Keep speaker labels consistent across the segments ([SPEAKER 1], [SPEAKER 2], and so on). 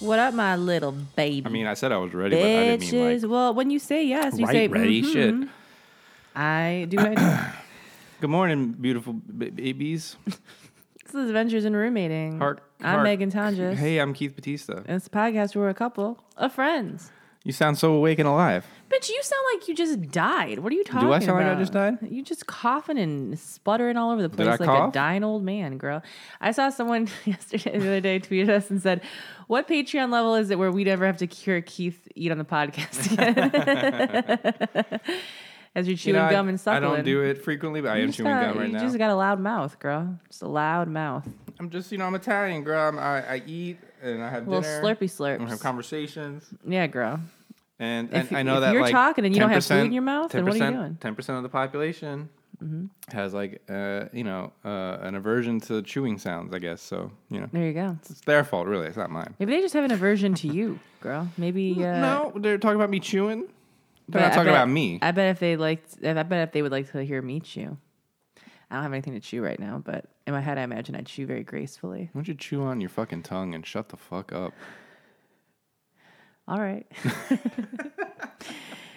[SPEAKER 1] What up, my little baby?
[SPEAKER 2] I mean, I said I was ready, but I didn't mean
[SPEAKER 1] bitches.
[SPEAKER 2] like
[SPEAKER 1] well, when you say yes, you
[SPEAKER 2] right
[SPEAKER 1] say
[SPEAKER 2] ready.
[SPEAKER 1] mhm.
[SPEAKER 2] Shit.
[SPEAKER 1] I do. What I do.
[SPEAKER 2] Good morning, beautiful b- babies.
[SPEAKER 1] this is Adventures in Roommating.
[SPEAKER 2] Heart.
[SPEAKER 1] I'm
[SPEAKER 2] heart-
[SPEAKER 1] Megan Tonjes.
[SPEAKER 2] Hey, I'm Keith Batista.
[SPEAKER 1] It's a podcast where we're a couple of friends.
[SPEAKER 2] You sound so awake and alive.
[SPEAKER 1] Bitch, you sound like you just died. What are you talking
[SPEAKER 2] I
[SPEAKER 1] about?
[SPEAKER 2] sound like I just died?
[SPEAKER 1] You just coughing and sputtering all over the place
[SPEAKER 2] I
[SPEAKER 1] like
[SPEAKER 2] cough?
[SPEAKER 1] a dying old man, girl. I saw someone yesterday, the other day, tweeted us and said, What Patreon level is it where we'd ever have to hear Keith eat on the podcast again? As you're chewing
[SPEAKER 2] You know, I-
[SPEAKER 1] gum and
[SPEAKER 2] I,
[SPEAKER 1] suckling.
[SPEAKER 2] don't do it frequently, but I
[SPEAKER 1] You
[SPEAKER 2] am
[SPEAKER 1] just
[SPEAKER 2] chewing
[SPEAKER 1] got-
[SPEAKER 2] gum right
[SPEAKER 1] you
[SPEAKER 2] now.
[SPEAKER 1] just got a loud mouth, girl. Just a loud mouth.
[SPEAKER 2] I'm just, you know, I'm Italian, girl. I'm, I, I eat and I have
[SPEAKER 1] Little
[SPEAKER 2] dinner.
[SPEAKER 1] slurpy
[SPEAKER 2] and have
[SPEAKER 1] slurps.
[SPEAKER 2] conversations,
[SPEAKER 1] yeah, girl.
[SPEAKER 2] and,
[SPEAKER 1] If
[SPEAKER 2] and I
[SPEAKER 1] you-
[SPEAKER 2] know
[SPEAKER 1] if
[SPEAKER 2] that
[SPEAKER 1] you're
[SPEAKER 2] like
[SPEAKER 1] talking and you don't have food
[SPEAKER 2] 10%
[SPEAKER 1] in your mouth, then what are you
[SPEAKER 2] 10%
[SPEAKER 1] doing? Mm-hmm.
[SPEAKER 2] Ten percent of the population has like, uh, you know, uh, an aversion to chewing sounds. I guess so. You know,
[SPEAKER 1] There you go.
[SPEAKER 2] it's their fault, really. It's not mine.
[SPEAKER 1] Maybe they just have an aversion to you, girl. Maybe uh,
[SPEAKER 2] No, they're talking about me chewing.
[SPEAKER 1] but
[SPEAKER 2] They're
[SPEAKER 1] I
[SPEAKER 2] not talking
[SPEAKER 1] bet-
[SPEAKER 2] about me.
[SPEAKER 1] I bet if they liked, if- I bet if they would like to hear me chew. I don't have anything to chew right now, but in my head, I imagine I chew very gracefully.
[SPEAKER 2] Why don't you chew on your fucking tongue and shut the fuck up?
[SPEAKER 1] All right.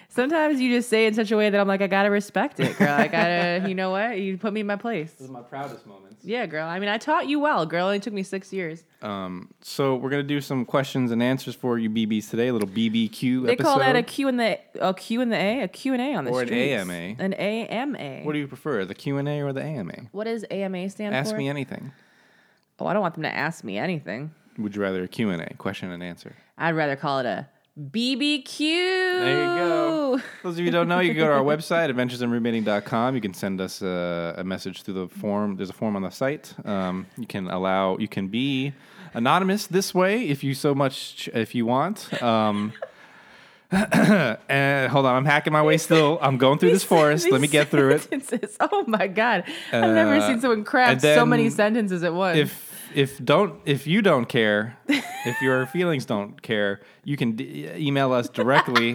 [SPEAKER 1] Sometimes you just say it in such a way that I'm like, I gotta respect it, girl. I gotta, you know what? You put me in my place.
[SPEAKER 2] is my proudest moments.
[SPEAKER 1] Yeah, girl. I mean, I taught you well, girl. It only took me six years.
[SPEAKER 2] Um, so we're gonna do some questions and answers for you BBs today. A little BBQ
[SPEAKER 1] They
[SPEAKER 2] episode.
[SPEAKER 1] call that a Q and the a Q and the A, a Q and A on the
[SPEAKER 2] Or an
[SPEAKER 1] streets.
[SPEAKER 2] AMA.
[SPEAKER 1] An AMA.
[SPEAKER 2] What do you prefer, the Q and A or the AMA?
[SPEAKER 1] what does AMA stand
[SPEAKER 2] Ask
[SPEAKER 1] for?
[SPEAKER 2] me anything.
[SPEAKER 1] oh, I don't want them to ask me anything.
[SPEAKER 2] Would you rather a Q and A, question and answer?
[SPEAKER 1] I'd rather call it a BBQ.
[SPEAKER 2] There you go. Those of you who don't know, you can go to our website, adventuresinroommating.com. You can send us a, a message through the form. There's a form on the site. Um, you can allow, you can be anonymous this way if you so much, if you want. Um, and hold on, I'm hacking my way still. I'm going through this forest. Let me get through it.
[SPEAKER 1] Sentences. Oh my god! I've never
[SPEAKER 2] Uh,
[SPEAKER 1] seen someone craft
[SPEAKER 2] and
[SPEAKER 1] so
[SPEAKER 2] then
[SPEAKER 1] many sentences at once.
[SPEAKER 2] if if don't if you don't care, if your feelings don't care, you can d- email us directly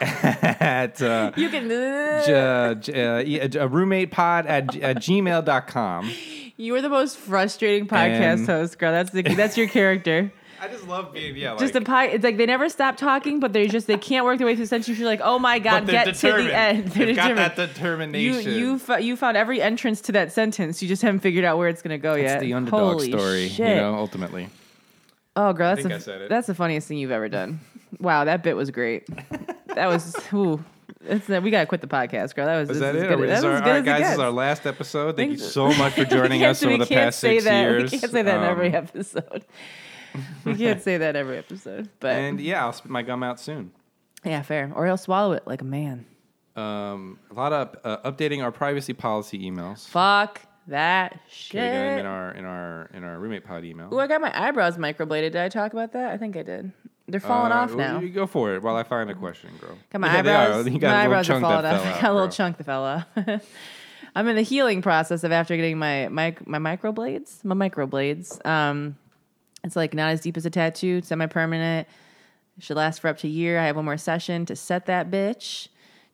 [SPEAKER 2] at uh,
[SPEAKER 1] you can,
[SPEAKER 2] j- j- uh, j- uh, roommatepod at, g- at gmail.com.
[SPEAKER 1] you are the most frustrating podcast
[SPEAKER 2] And-
[SPEAKER 1] host, girl. That's the, that's your character.
[SPEAKER 2] I just love being yeah,
[SPEAKER 1] Just a pie. It's like they never stop talking, but they just they can't work their way through the sentence. You're like, oh my god, get to the end.
[SPEAKER 2] They've got
[SPEAKER 1] determined.
[SPEAKER 2] that determination.
[SPEAKER 1] you you fo- you found every entrance to that sentence. You just haven't figured out where it's gonna go yet.
[SPEAKER 2] it's the underdog
[SPEAKER 1] Holy
[SPEAKER 2] story,
[SPEAKER 1] shit.
[SPEAKER 2] you know, ultimately.
[SPEAKER 1] Oh, girl, that's
[SPEAKER 2] think
[SPEAKER 1] the-
[SPEAKER 2] I said it.
[SPEAKER 1] that's the funniest thing you've ever done. wow, that bit was great. That was ooh. That's, we gotta quit the podcast, girl. That was,
[SPEAKER 2] Is
[SPEAKER 1] this
[SPEAKER 2] that
[SPEAKER 1] is
[SPEAKER 2] it? Are
[SPEAKER 1] Good,
[SPEAKER 2] we-
[SPEAKER 1] that's
[SPEAKER 2] this is our,
[SPEAKER 1] as
[SPEAKER 2] all
[SPEAKER 1] good
[SPEAKER 2] right,
[SPEAKER 1] as it
[SPEAKER 2] guys, this is
[SPEAKER 1] gets.
[SPEAKER 2] our last episode. Thank you
[SPEAKER 1] Thanks.
[SPEAKER 2] so much for joining
[SPEAKER 1] We
[SPEAKER 2] us
[SPEAKER 1] can't-
[SPEAKER 2] over
[SPEAKER 1] we
[SPEAKER 2] the
[SPEAKER 1] can't
[SPEAKER 2] past
[SPEAKER 1] say
[SPEAKER 2] six
[SPEAKER 1] that.
[SPEAKER 2] years.
[SPEAKER 1] We can't say that in every
[SPEAKER 2] Um,
[SPEAKER 1] episode. we can't say that every episode. But
[SPEAKER 2] And yeah, I'll spit my gum out soon.
[SPEAKER 1] yeah, fair. Or he'll swallow it like a man.
[SPEAKER 2] Um, a lot of uh, updating our privacy policy emails.
[SPEAKER 1] Fuck that
[SPEAKER 2] We got them in
[SPEAKER 1] shit.
[SPEAKER 2] our in our in our roommate pod email.
[SPEAKER 1] Ooh, I got my eyebrows microbladed. Did I talk about that? I think I did. They're falling
[SPEAKER 2] Uh,
[SPEAKER 1] off
[SPEAKER 2] well,
[SPEAKER 1] now.
[SPEAKER 2] You go for it while I find a question, girl.
[SPEAKER 1] Got my
[SPEAKER 2] Yeah, they
[SPEAKER 1] eyebrows.
[SPEAKER 2] are. You
[SPEAKER 1] my
[SPEAKER 2] got a little
[SPEAKER 1] eyebrows are
[SPEAKER 2] chunk
[SPEAKER 1] falling
[SPEAKER 2] that
[SPEAKER 1] off.
[SPEAKER 2] fell
[SPEAKER 1] I
[SPEAKER 2] out,
[SPEAKER 1] got a little
[SPEAKER 2] bro.
[SPEAKER 1] chunk that fell off. I'm in the healing process of after getting my my my microblades, my microblades. Um, it's like not as deep as a tattoo, semi permanent. Should last for up to a year. I have one more session to set that bitch.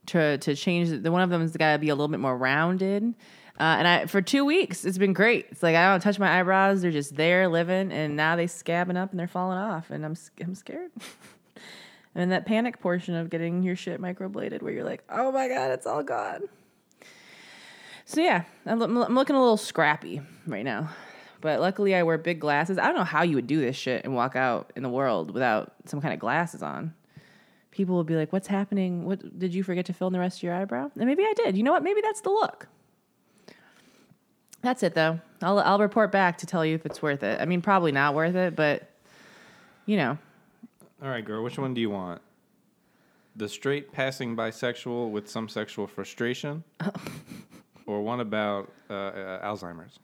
[SPEAKER 1] To to change the one of them's got to be a little bit more rounded. Uh, and I for two weeks it's been great. It's like I don't touch my eyebrows; they're just there living, and now they scabbing up and they're falling off, and I'm s- I'm scared. I'm in that panic portion of getting your shit microbladed where you're like, oh my God, it's all gone. So, yeah, I'm, lo- I'm looking a little scrappy right now. But luckily, I wear big glasses. I don't know how you would do this shit and walk out in the world without some kind of glasses on. People would be like, what's happening? What Did you forget to fill in the rest of your eyebrow? And maybe I did. You know what? Maybe that's the look. That's it, though. I'll, I'll report back to tell you if it's worth it. I mean, probably not worth it, but you know.
[SPEAKER 2] All right, girl. Which one do you want? The straight passing bisexual with some sexual frustration, or one about uh, uh, Alzheimer's?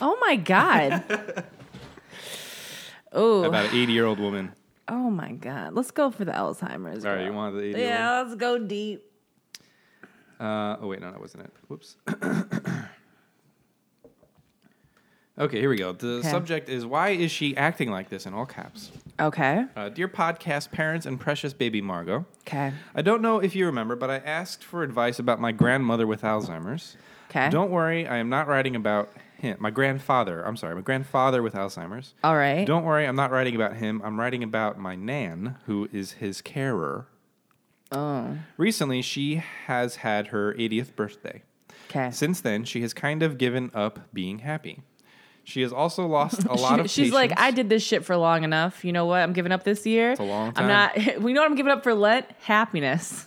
[SPEAKER 1] Oh my god. oh.
[SPEAKER 2] About an eighty-year-old woman.
[SPEAKER 1] Oh my god. Let's go for the Alzheimer's.
[SPEAKER 2] All right,
[SPEAKER 1] girl.
[SPEAKER 2] you want the eighty-year-old?
[SPEAKER 1] Yeah, let's go deep.
[SPEAKER 2] Uh, oh wait, no, that wasn't it. Whoops. okay, here we go. The
[SPEAKER 1] Okay.
[SPEAKER 2] subject is why is she acting like this in all caps?
[SPEAKER 1] Okay.
[SPEAKER 2] Uh, dear podcast parents and precious baby Margot,
[SPEAKER 1] Okay.
[SPEAKER 2] I don't know if you remember, but I asked for advice about my grandmother with Alzheimer's.
[SPEAKER 1] Okay.
[SPEAKER 2] Don't worry, I am not writing about him. My grandfather. I'm sorry, my grandfather with Alzheimer's.
[SPEAKER 1] All right.
[SPEAKER 2] Don't worry, I'm not writing about him. I'm writing about my nan, who is his carer.
[SPEAKER 1] oh.
[SPEAKER 2] Recently, she has had her 80th birthday.
[SPEAKER 1] Okay.
[SPEAKER 2] Since then, she has kind of given up being happy. She has also lost a lot
[SPEAKER 1] She-
[SPEAKER 2] of.
[SPEAKER 1] she's like,
[SPEAKER 2] patience.
[SPEAKER 1] I did this shit for long enough. You know what? I'm giving up this year. It's
[SPEAKER 2] a long
[SPEAKER 1] I'm not. We know what I'm giving up for Lent. Happiness.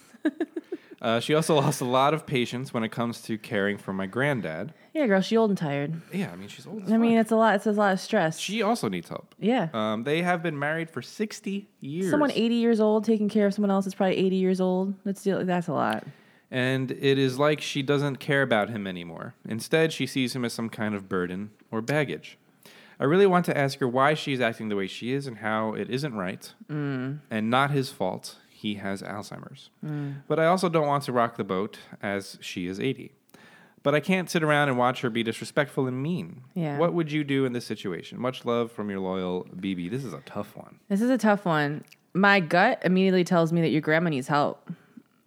[SPEAKER 2] Uh, she also lost a lot of patience when it comes to caring for my granddad.
[SPEAKER 1] Yeah, girl. She old and tired.
[SPEAKER 2] Yeah, I mean, she's old. As
[SPEAKER 1] I mean,
[SPEAKER 2] fuck.
[SPEAKER 1] it's a lot. It's a lot of stress.
[SPEAKER 2] she also needs help.
[SPEAKER 1] yeah.
[SPEAKER 2] Um, they have been married for 60 years.
[SPEAKER 1] Someone 80 years old taking care of someone else is probably 80 years old. That's still- that's a lot.
[SPEAKER 2] And it is like she doesn't care about him anymore. Instead, she sees him as some kind of burden or baggage. I really want to ask her why she's acting the way she is and how it isn't right
[SPEAKER 1] Mm.
[SPEAKER 2] and not his fault. He has Alzheimer's.
[SPEAKER 1] Mm.
[SPEAKER 2] But I also don't want to rock the boat as she is 80. But I can't sit around and watch her be disrespectful and mean.
[SPEAKER 1] Yeah.
[SPEAKER 2] What would you do in this situation? Much love from your loyal BB. This is a tough one.
[SPEAKER 1] This is a tough one. My gut immediately tells me that your grandma needs help.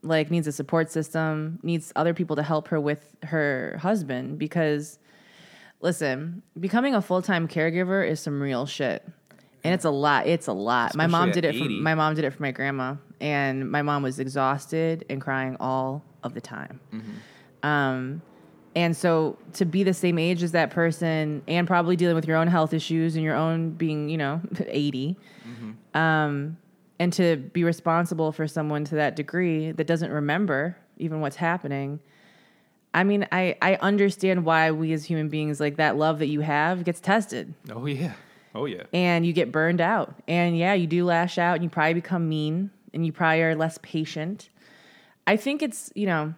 [SPEAKER 1] Like needs a support system, needs other people to help her with her husband because listen, becoming a full-time caregiver is some real shit. And it's a lot. It's a lot. my
[SPEAKER 2] Especially
[SPEAKER 1] mom
[SPEAKER 2] at
[SPEAKER 1] did it for
[SPEAKER 2] 80.
[SPEAKER 1] my mom did it for my grandma and my mom was exhausted and crying all of the time.
[SPEAKER 2] Mm-hmm.
[SPEAKER 1] Um and so to be the same age as that person and probably dealing with your own health issues and your own being, you know, 80 and to be responsible for someone to that degree that doesn't remember even what's happening i mean i i understand why we as human beings like that love that you have gets tested
[SPEAKER 2] Oh, yeah. Oh, yeah.
[SPEAKER 1] and you get burned out and yeah you do lash out and you probably become mean and you probably are less patient i think it's you know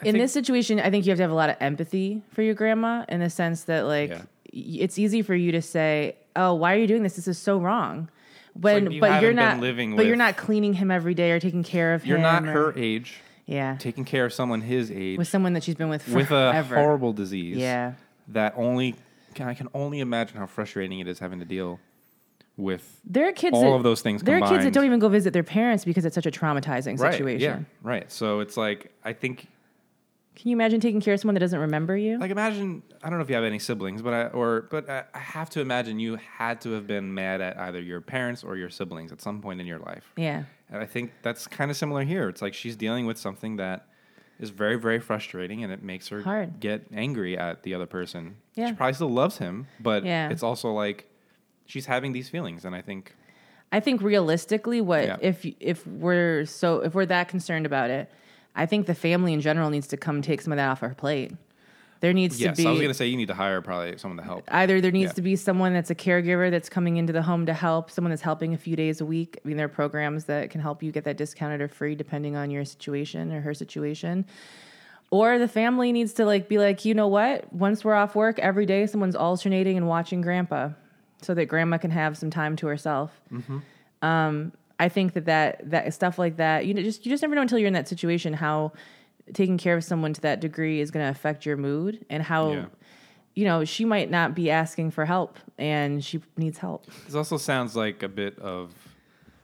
[SPEAKER 1] in
[SPEAKER 2] think-
[SPEAKER 1] this situation i think you have to have a lot of empathy for your grandma in the sense that like
[SPEAKER 2] Yeah.
[SPEAKER 1] y- it's easy for you to say oh why are you doing this this is so wrong when
[SPEAKER 2] you
[SPEAKER 1] but you're
[SPEAKER 2] haven't been
[SPEAKER 1] not
[SPEAKER 2] living
[SPEAKER 1] but you're
[SPEAKER 2] with-
[SPEAKER 1] not cleaning him every day or taking care of
[SPEAKER 2] You're
[SPEAKER 1] him
[SPEAKER 2] not
[SPEAKER 1] or-
[SPEAKER 2] her age.
[SPEAKER 1] yeah
[SPEAKER 2] taking care of someone his age
[SPEAKER 1] with someone that she's been with forever.
[SPEAKER 2] with a horrible disease
[SPEAKER 1] Yeah.
[SPEAKER 2] that only can, I can only imagine how frustrating it is having to deal with
[SPEAKER 1] there are kids
[SPEAKER 2] all
[SPEAKER 1] that-
[SPEAKER 2] of those things
[SPEAKER 1] there are kids that
[SPEAKER 2] combined.
[SPEAKER 1] don't even go visit their parents because it's such a traumatizing situation
[SPEAKER 2] Right, yeah, right. So it's like I think
[SPEAKER 1] Can you imagine taking care of someone that doesn't remember you?
[SPEAKER 2] like imagine I don't know if you have any siblings, but I or but I, I have to imagine you had to have been mad at either your parents or your siblings at some point in your life.
[SPEAKER 1] yeah.
[SPEAKER 2] And I think that's kind of similar here. It's like she's dealing with something that is very, very frustrating and it makes her
[SPEAKER 1] Hard.
[SPEAKER 2] get angry at the other person.
[SPEAKER 1] Yeah.
[SPEAKER 2] She probably still loves him, but
[SPEAKER 1] Yeah.
[SPEAKER 2] it's also like she's having these feelings. And I think,
[SPEAKER 1] I think realistically what
[SPEAKER 2] Yeah.
[SPEAKER 1] if if we're so if we're that concerned about it, I think the family in general needs to come take some of that off our plate. There needs
[SPEAKER 2] yes,
[SPEAKER 1] to be
[SPEAKER 2] I was going to say you need to hire probably someone to help.
[SPEAKER 1] either there needs
[SPEAKER 2] Yeah.
[SPEAKER 1] to be someone that's a caregiver that's coming into the home to help, someone that's helping a few days a week. I mean, there are programs that can help you get that discounted or free depending on your situation or her situation. Or the family needs to like be like, you know what? Once we're off work every day, someone's alternating and watching grandpa, so that grandma can have some time to herself. Um, I think that, that that stuff like that, you know, just you just never know until you're in that situation how taking care of someone to that degree is going to affect your mood and how
[SPEAKER 2] Yeah.
[SPEAKER 1] you know, she might not be asking for help and she needs help.
[SPEAKER 2] This also sounds like a bit of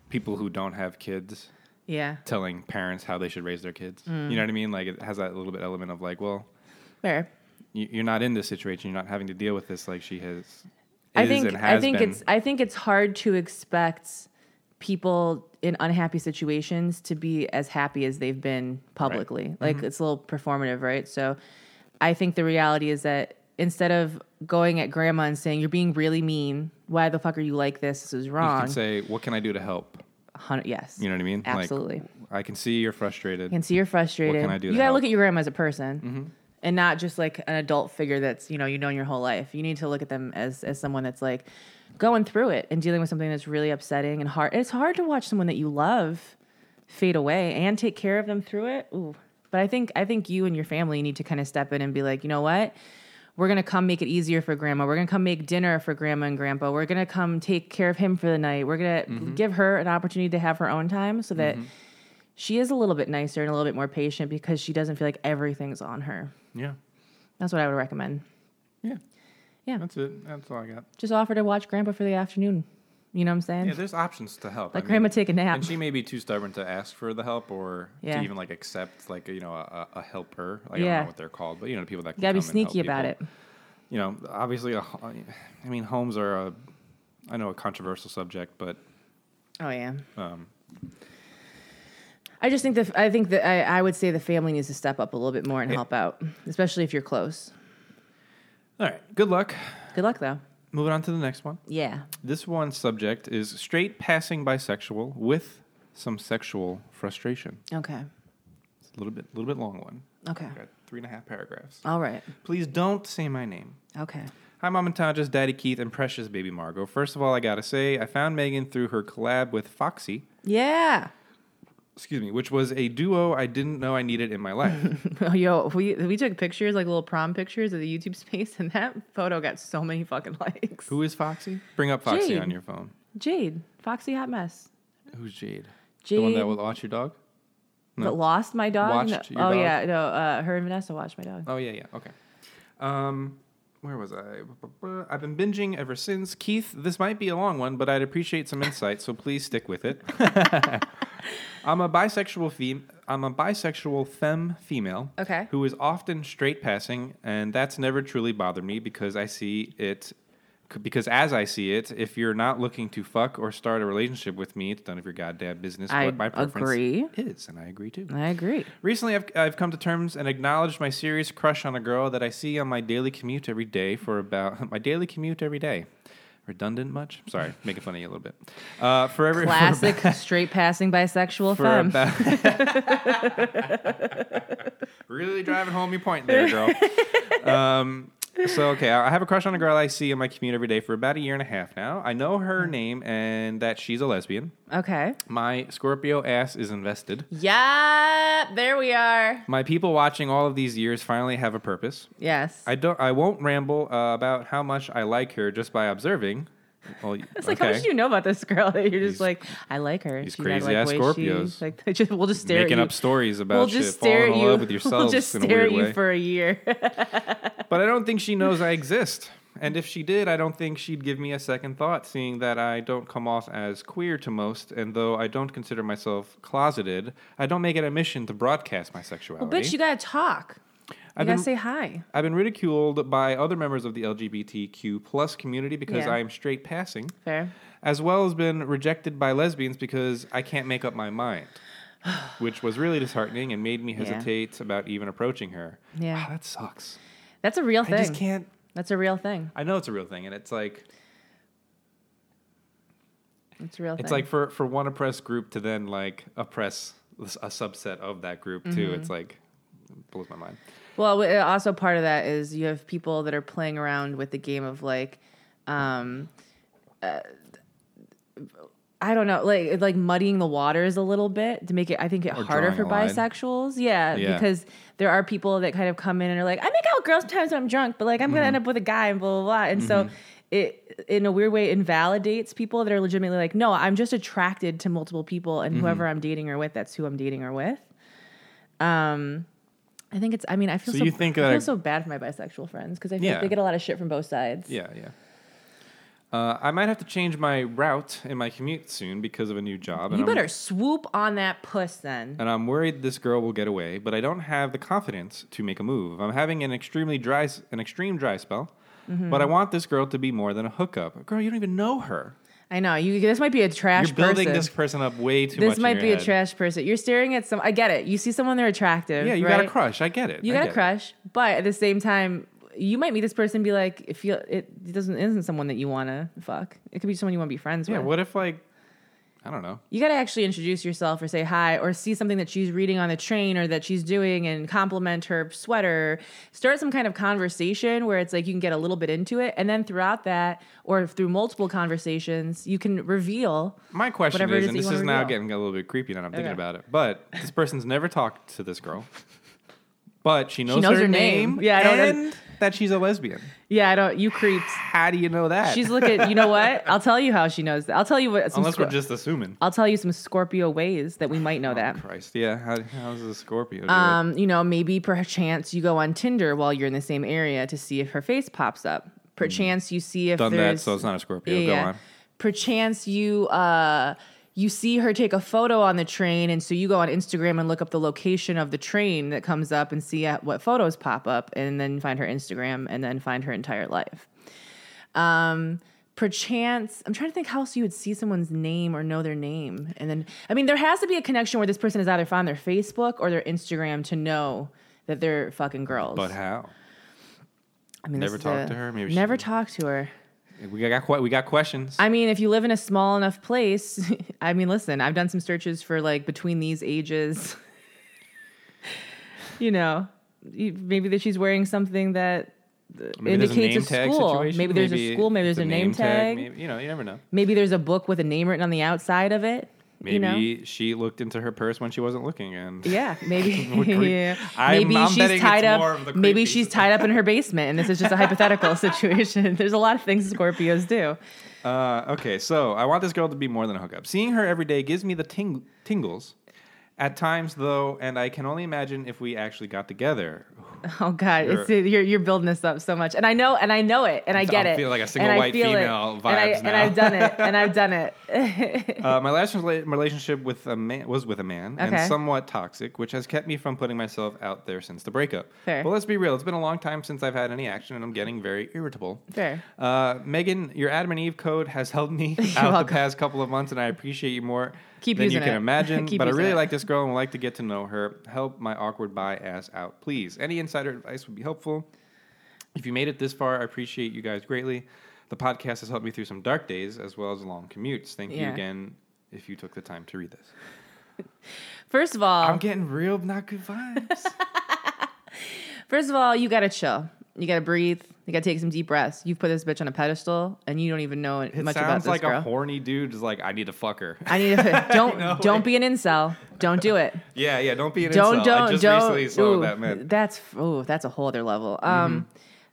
[SPEAKER 2] people who don't have kids
[SPEAKER 1] Yeah.
[SPEAKER 2] telling parents how they should raise their kids.
[SPEAKER 1] Mm.
[SPEAKER 2] You know what I mean? Like it has that little bit element of like, well,
[SPEAKER 1] Fair.
[SPEAKER 2] you- you're not in this situation. You're not having to deal with this like she has. Is
[SPEAKER 1] I think
[SPEAKER 2] and has
[SPEAKER 1] I think
[SPEAKER 2] been.
[SPEAKER 1] it's I think it's hard to expect people in unhappy situations to be as happy as they've been publicly. Like
[SPEAKER 2] Mm-hmm.
[SPEAKER 1] it's a little performative, right? So I think the reality is that instead of going at grandma and saying you're being really mean, why the fuck are you like this? This is
[SPEAKER 2] you
[SPEAKER 1] wrong.
[SPEAKER 2] can say, what can I do to help?
[SPEAKER 1] Hun- yes.
[SPEAKER 2] You know what I mean? Like,
[SPEAKER 1] Absolutely.
[SPEAKER 2] I can see you're frustrated.
[SPEAKER 1] can see you're frustrated.
[SPEAKER 2] What can I do
[SPEAKER 1] you
[SPEAKER 2] to
[SPEAKER 1] gotta
[SPEAKER 2] help? Mm-hmm.
[SPEAKER 1] look at your grandma as a person, and not just like an adult figure that's you know you know your whole life. You need to look at them as as someone that's like going through it and dealing with something that's really upsetting and hard. It's hard to watch someone that you love fade away and take care of them through it. Ooh. But I think I think you and your family need to kind of step in and be like, you know what? We're gonna come make it easier for grandma. We're gonna come make dinner for grandma and grandpa. We're gonna come take care of him for the night. We're gonna
[SPEAKER 2] Mm-hmm.
[SPEAKER 1] give her an opportunity to have her own time so that she is a little bit nicer and a little bit more patient because she doesn't feel like everything's on her.
[SPEAKER 2] Yeah.
[SPEAKER 1] That's what I would recommend.
[SPEAKER 2] Yeah.
[SPEAKER 1] Yeah.
[SPEAKER 2] That's it. That's all I got.
[SPEAKER 1] Just offer to watch grandpa for the afternoon. You know what I'm saying?
[SPEAKER 2] Yeah, there's options to help.
[SPEAKER 1] Let
[SPEAKER 2] I
[SPEAKER 1] grandma
[SPEAKER 2] mean,
[SPEAKER 1] take a nap.
[SPEAKER 2] And she may be too stubborn to ask for the help or
[SPEAKER 1] Yeah.
[SPEAKER 2] to even like accept like you know a, a helper. Like, I don't
[SPEAKER 1] Yeah.
[SPEAKER 2] know what they're called, but you know the people that can
[SPEAKER 1] you gotta be
[SPEAKER 2] come and help
[SPEAKER 1] sneaky about
[SPEAKER 2] people.
[SPEAKER 1] it.
[SPEAKER 2] you know, obviously, a, ho- I mean, homes are a, I know a controversial subject, but
[SPEAKER 1] Oh yeah.
[SPEAKER 2] um,
[SPEAKER 1] I just think that I think that I, I would say the family needs to step up a little bit more and
[SPEAKER 2] Yeah.
[SPEAKER 1] help out, especially if you're close.
[SPEAKER 2] all right. Good luck.
[SPEAKER 1] Good luck though.
[SPEAKER 2] Moving on to the next one.
[SPEAKER 1] Yeah.
[SPEAKER 2] This one subject is straight passing bisexual with some sexual frustration.
[SPEAKER 1] Okay.
[SPEAKER 2] It's a little bit, little bit long one.
[SPEAKER 1] Okay.
[SPEAKER 2] Got three and a half paragraphs.
[SPEAKER 1] All right.
[SPEAKER 2] Please don't say my name.
[SPEAKER 1] Okay.
[SPEAKER 2] Hi, Mom and Tanja's Daddy Keith and precious baby Margot. First of all, I gotta say, I found Megan through her collab with Foxy,
[SPEAKER 1] Yeah.
[SPEAKER 2] excuse me, which was a duo I didn't know I needed in my life.
[SPEAKER 1] Oh, yo, we we took pictures like little prom pictures of the YouTube space, and that photo got so many fucking likes.
[SPEAKER 2] Who is Foxy? Bring up Foxy
[SPEAKER 1] Jade.
[SPEAKER 2] on your phone.
[SPEAKER 1] Jade, Foxy Hot Mess,
[SPEAKER 2] Who's Jade? The one
[SPEAKER 1] Jade.
[SPEAKER 2] that will watch your dog? No.
[SPEAKER 1] that lost my dog.
[SPEAKER 2] Watched
[SPEAKER 1] No-
[SPEAKER 2] your
[SPEAKER 1] oh
[SPEAKER 2] dog?
[SPEAKER 1] yeah, no, uh, her and Vanessa watched my dog.
[SPEAKER 2] Oh yeah, yeah. Okay. Um, where was I? I've been binging ever since. Keith, this might be a long one, but I'd appreciate some insight, so please stick with it. I'm a bisexual fem- I'm a bisexual femme female.
[SPEAKER 1] Okay.
[SPEAKER 2] Who is often straight passing, and that's never truly bothered me because I see it. c- Because as I see it, if you're not looking to fuck or start a relationship with me, it's none of your goddamn business.
[SPEAKER 1] I
[SPEAKER 2] what my preference
[SPEAKER 1] agree.
[SPEAKER 2] is, and I agree too.
[SPEAKER 1] I agree.
[SPEAKER 2] Recently, I've, I've come to terms and acknowledged my serious crush on a girl that I see on my daily commute every day for about my daily commute every day. Redundant much? Sorry, making fun of you a little bit. Uh, for every for
[SPEAKER 1] Classic straight passing bisexual
[SPEAKER 2] for
[SPEAKER 1] femme.
[SPEAKER 2] about- really driving home your point there, girl. um, so okay, I I have a crush on a girl I see in my commute every day for about a year and a half now. I know her name and that she's a lesbian.
[SPEAKER 1] okay.
[SPEAKER 2] My Scorpio ass is invested.
[SPEAKER 1] Yeah, there we are.
[SPEAKER 2] My people watching all of these years finally have a purpose.
[SPEAKER 1] Yes.
[SPEAKER 2] I don't. I won't ramble uh, about how much I like her just by observing. Well,
[SPEAKER 1] it's like, how much do you know about this girl that you're just like, I like her.
[SPEAKER 2] these
[SPEAKER 1] She's not
[SPEAKER 2] crazy
[SPEAKER 1] like
[SPEAKER 2] ass
[SPEAKER 1] way
[SPEAKER 2] Scorpios.
[SPEAKER 1] She, like, they just, we'll just stare
[SPEAKER 2] making
[SPEAKER 1] at you.
[SPEAKER 2] up stories about
[SPEAKER 1] we'll
[SPEAKER 2] shit,
[SPEAKER 1] just stare
[SPEAKER 2] falling
[SPEAKER 1] at
[SPEAKER 2] in
[SPEAKER 1] you.
[SPEAKER 2] love with yourselves
[SPEAKER 1] we'll just
[SPEAKER 2] in a
[SPEAKER 1] stare
[SPEAKER 2] weird
[SPEAKER 1] at you
[SPEAKER 2] way.
[SPEAKER 1] for a year.
[SPEAKER 2] but I don't think she knows I exist. And if she did, I don't think she'd give me a second thought, seeing that I don't come off as queer to most. And though I don't consider myself closeted, I don't make it a mission to broadcast my sexuality.
[SPEAKER 1] Bitch, you gotta talk. You
[SPEAKER 2] I've
[SPEAKER 1] gotta
[SPEAKER 2] been-
[SPEAKER 1] say hi.
[SPEAKER 2] I've been ridiculed by other members of the LGBTQ plus community because
[SPEAKER 1] Yeah.
[SPEAKER 2] I am straight passing.
[SPEAKER 1] Fair.
[SPEAKER 2] as well as been rejected by lesbians because I can't make up my mind, which was really disheartening and made me hesitate about even approaching her.
[SPEAKER 1] Yeah.
[SPEAKER 2] Wow, that sucks.
[SPEAKER 1] That's a real thing.
[SPEAKER 2] I just can't.
[SPEAKER 1] That's a real thing.
[SPEAKER 2] I know it's a real thing, and it's like
[SPEAKER 1] It's a real.
[SPEAKER 2] it's
[SPEAKER 1] thing.
[SPEAKER 2] like for for one oppressed group to then like oppress this- a subset of that group too.
[SPEAKER 1] Mm-hmm.
[SPEAKER 2] It's like it blows my mind.
[SPEAKER 1] Well, w- uh, also part of that is you have people that are playing around with the game of like, um, uh, I don't know, like like muddying the waters a little bit to make it. I think it harder
[SPEAKER 2] drawing
[SPEAKER 1] for
[SPEAKER 2] a line.
[SPEAKER 1] bisexuals. Yeah,
[SPEAKER 2] Yeah.
[SPEAKER 1] because there are people that kind of come in and are like, I make out with girls sometimes when I'm drunk, but like I'm
[SPEAKER 2] Mm-hmm.
[SPEAKER 1] gonna end up with a guy and blah blah blah. And so it in a weird way invalidates people that are legitimately like, no, I'm just attracted to multiple people
[SPEAKER 2] Mm-hmm.
[SPEAKER 1] and whoever I'm dating or with, that's who I'm dating or with. Um, I think it's. I mean, I feel
[SPEAKER 2] So
[SPEAKER 1] so,
[SPEAKER 2] you think
[SPEAKER 1] I
[SPEAKER 2] that
[SPEAKER 1] feel
[SPEAKER 2] a-
[SPEAKER 1] so bad for my bisexual friends because I feel
[SPEAKER 2] Yeah.
[SPEAKER 1] like they get a lot of shit from both sides.
[SPEAKER 2] Yeah, yeah. Uh, I might have to change my route in my commute soon because of a new job. and
[SPEAKER 1] You
[SPEAKER 2] I'm-
[SPEAKER 1] better swoop on that puss then.
[SPEAKER 2] and I'm worried this girl will get away, but I don't have the confidence to make a move. I'm having an extremely dry, s- an extreme dry spell,
[SPEAKER 1] Mm-hmm.
[SPEAKER 2] but I want this girl to be more than a hookup. Girl, you don't even know her.
[SPEAKER 1] I know you. This might be a trash.
[SPEAKER 2] You're building
[SPEAKER 1] person.
[SPEAKER 2] this person up way too much.
[SPEAKER 1] This
[SPEAKER 2] in
[SPEAKER 1] might
[SPEAKER 2] your
[SPEAKER 1] be a
[SPEAKER 2] head.
[SPEAKER 1] trash person. You're staring at some. I get it. You see someone, they're attractive.
[SPEAKER 2] Yeah, you
[SPEAKER 1] right?
[SPEAKER 2] got a crush. I get it.
[SPEAKER 1] You
[SPEAKER 2] I
[SPEAKER 1] got
[SPEAKER 2] get
[SPEAKER 1] a
[SPEAKER 2] it.
[SPEAKER 1] crush, but at the same time, you might meet this person and be like, it feel it doesn't isn't someone that you want to fuck. It could be someone you want to be friends
[SPEAKER 2] Yeah.
[SPEAKER 1] with.
[SPEAKER 2] What if like, I don't know.
[SPEAKER 1] you got to actually introduce yourself or say hi or see something that she's reading on the train or that she's doing and compliment her sweater. Start some kind of conversation where it's like you can get a little bit into it. And then throughout that or through multiple conversations, you can reveal.
[SPEAKER 2] My question
[SPEAKER 1] Whatever it
[SPEAKER 2] is,
[SPEAKER 1] is
[SPEAKER 2] and
[SPEAKER 1] that
[SPEAKER 2] this
[SPEAKER 1] you
[SPEAKER 2] is
[SPEAKER 1] wanna
[SPEAKER 2] now
[SPEAKER 1] reveal.
[SPEAKER 2] getting a little bit creepy now that I'm thinking
[SPEAKER 1] Okay.
[SPEAKER 2] about it, but this person's never talked to this girl, but she knows,
[SPEAKER 1] knows
[SPEAKER 2] her,
[SPEAKER 1] her
[SPEAKER 2] name.
[SPEAKER 1] name. Yeah, I don't-
[SPEAKER 2] and that she's a lesbian.
[SPEAKER 1] Yeah, I don't, you creeps.
[SPEAKER 2] How do you know that?
[SPEAKER 1] She's looking, you know what? I'll tell you how she knows that. I'll tell you what. Some
[SPEAKER 2] unless we're
[SPEAKER 1] Scor-
[SPEAKER 2] just Oh, assuming.
[SPEAKER 1] I'll tell you some Scorpio ways that we might know that.
[SPEAKER 2] Christ, yeah. How, how's a Scorpio? do it?
[SPEAKER 1] Um, you know, maybe perchance you go on Tinder while you're in the same area to see if her face pops up. Perchance you see if
[SPEAKER 2] Hmm. Done that,
[SPEAKER 1] there's
[SPEAKER 2] so it's not a Scorpio. Go on.
[SPEAKER 1] Perchance you uh you see her take a photo on the train, and so you go on Instagram and look up the location of the train that comes up and see at what photos pop up, and then find her Instagram, and then find her entire life. Um, perchance, I'm trying to think how else you would see someone's name or know their name, and then I mean, there has to be a connection where this person is either found their Facebook or their Instagram to know that they're fucking girls.
[SPEAKER 2] But how?
[SPEAKER 1] I mean,
[SPEAKER 2] Never
[SPEAKER 1] this is
[SPEAKER 2] talked
[SPEAKER 1] a-
[SPEAKER 2] to her? Maybe she-
[SPEAKER 1] never talked to her.
[SPEAKER 2] We got que- we got questions.
[SPEAKER 1] I mean, if you live in a small enough place, I mean, listen, I've done some searches for like between these ages. you know, you- maybe that she's wearing something that
[SPEAKER 2] Maybe there's
[SPEAKER 1] indicates a,
[SPEAKER 2] tag
[SPEAKER 1] school.
[SPEAKER 2] situation.
[SPEAKER 1] Maybe there's a school. Maybe there's
[SPEAKER 2] the
[SPEAKER 1] a name, tag. Maybe.
[SPEAKER 2] Maybe, you know, you never know.
[SPEAKER 1] there's a book with a name written on the outside of it.
[SPEAKER 2] Maybe
[SPEAKER 1] you know?
[SPEAKER 2] she looked into her purse when she wasn't looking, and
[SPEAKER 1] Yeah, maybe.
[SPEAKER 2] Would creep-
[SPEAKER 1] yeah.
[SPEAKER 2] I'm-
[SPEAKER 1] maybe
[SPEAKER 2] I'm betting
[SPEAKER 1] she's
[SPEAKER 2] it's
[SPEAKER 1] tied
[SPEAKER 2] more of the
[SPEAKER 1] up. Maybe
[SPEAKER 2] creepy.
[SPEAKER 1] she's tied up in her basement, and this is just a hypothetical situation. There's a lot of things Scorpios do.
[SPEAKER 2] Uh, okay, so I want this girl to be more than a hookup. Seeing her every day gives me the ting- tingles. At times, though, and I can only imagine if we actually got together.
[SPEAKER 1] Oh God,
[SPEAKER 2] You're-
[SPEAKER 1] it's, you're you're building this up so much, and I know, and I know it, and I get
[SPEAKER 2] I
[SPEAKER 1] it.
[SPEAKER 2] feel like a
[SPEAKER 1] and
[SPEAKER 2] single
[SPEAKER 1] I
[SPEAKER 2] white
[SPEAKER 1] feel it,
[SPEAKER 2] female
[SPEAKER 1] and, I,
[SPEAKER 2] vibes
[SPEAKER 1] and
[SPEAKER 2] now.
[SPEAKER 1] I've done it, and I've done it.
[SPEAKER 2] Uh, my last rela- relationship with a man was with a man,
[SPEAKER 1] Okay.
[SPEAKER 2] and somewhat toxic, which has kept me from putting myself out there since the breakup.
[SPEAKER 1] Fair.
[SPEAKER 2] Well, let's be real; it's been a long time since I've had any action, and I'm getting very irritable.
[SPEAKER 1] Fair.
[SPEAKER 2] Uh, Megan, your Adam and Eve code has helped me out the
[SPEAKER 1] welcome.
[SPEAKER 2] past couple of months, and I appreciate you more
[SPEAKER 1] Keep
[SPEAKER 2] than you
[SPEAKER 1] using
[SPEAKER 2] can
[SPEAKER 1] it.
[SPEAKER 2] imagine.
[SPEAKER 1] Keep
[SPEAKER 2] but I
[SPEAKER 1] using
[SPEAKER 2] really
[SPEAKER 1] it.
[SPEAKER 2] like this girl and would like to get to know her. Help my awkward bi ass out, please. Any insider advice would be helpful. If you made it this far, I appreciate you guys greatly. The podcast has helped me through some dark days as well as long commutes. Thank you
[SPEAKER 1] Yeah.
[SPEAKER 2] again if you took the time to read this.
[SPEAKER 1] First of all,
[SPEAKER 2] I'm getting real not good vibes.
[SPEAKER 1] first of all, you gotta chill. You gotta breathe. You gotta take some deep breaths. You've put this bitch on a pedestal, and you don't even know
[SPEAKER 2] it
[SPEAKER 1] much about
[SPEAKER 2] sounds
[SPEAKER 1] this
[SPEAKER 2] like
[SPEAKER 1] girl.
[SPEAKER 2] a horny dude is like, I need to fuck her.
[SPEAKER 1] I need to don't
[SPEAKER 2] know,
[SPEAKER 1] don't
[SPEAKER 2] like-
[SPEAKER 1] be an incel. Don't do it.
[SPEAKER 2] yeah, yeah, don't be an
[SPEAKER 1] don't
[SPEAKER 2] incel.
[SPEAKER 1] don't
[SPEAKER 2] I just
[SPEAKER 1] don't.
[SPEAKER 2] recently saw what
[SPEAKER 1] ooh,
[SPEAKER 2] that Mm-hmm. meant.
[SPEAKER 1] That's oh, that's a whole other level. Um,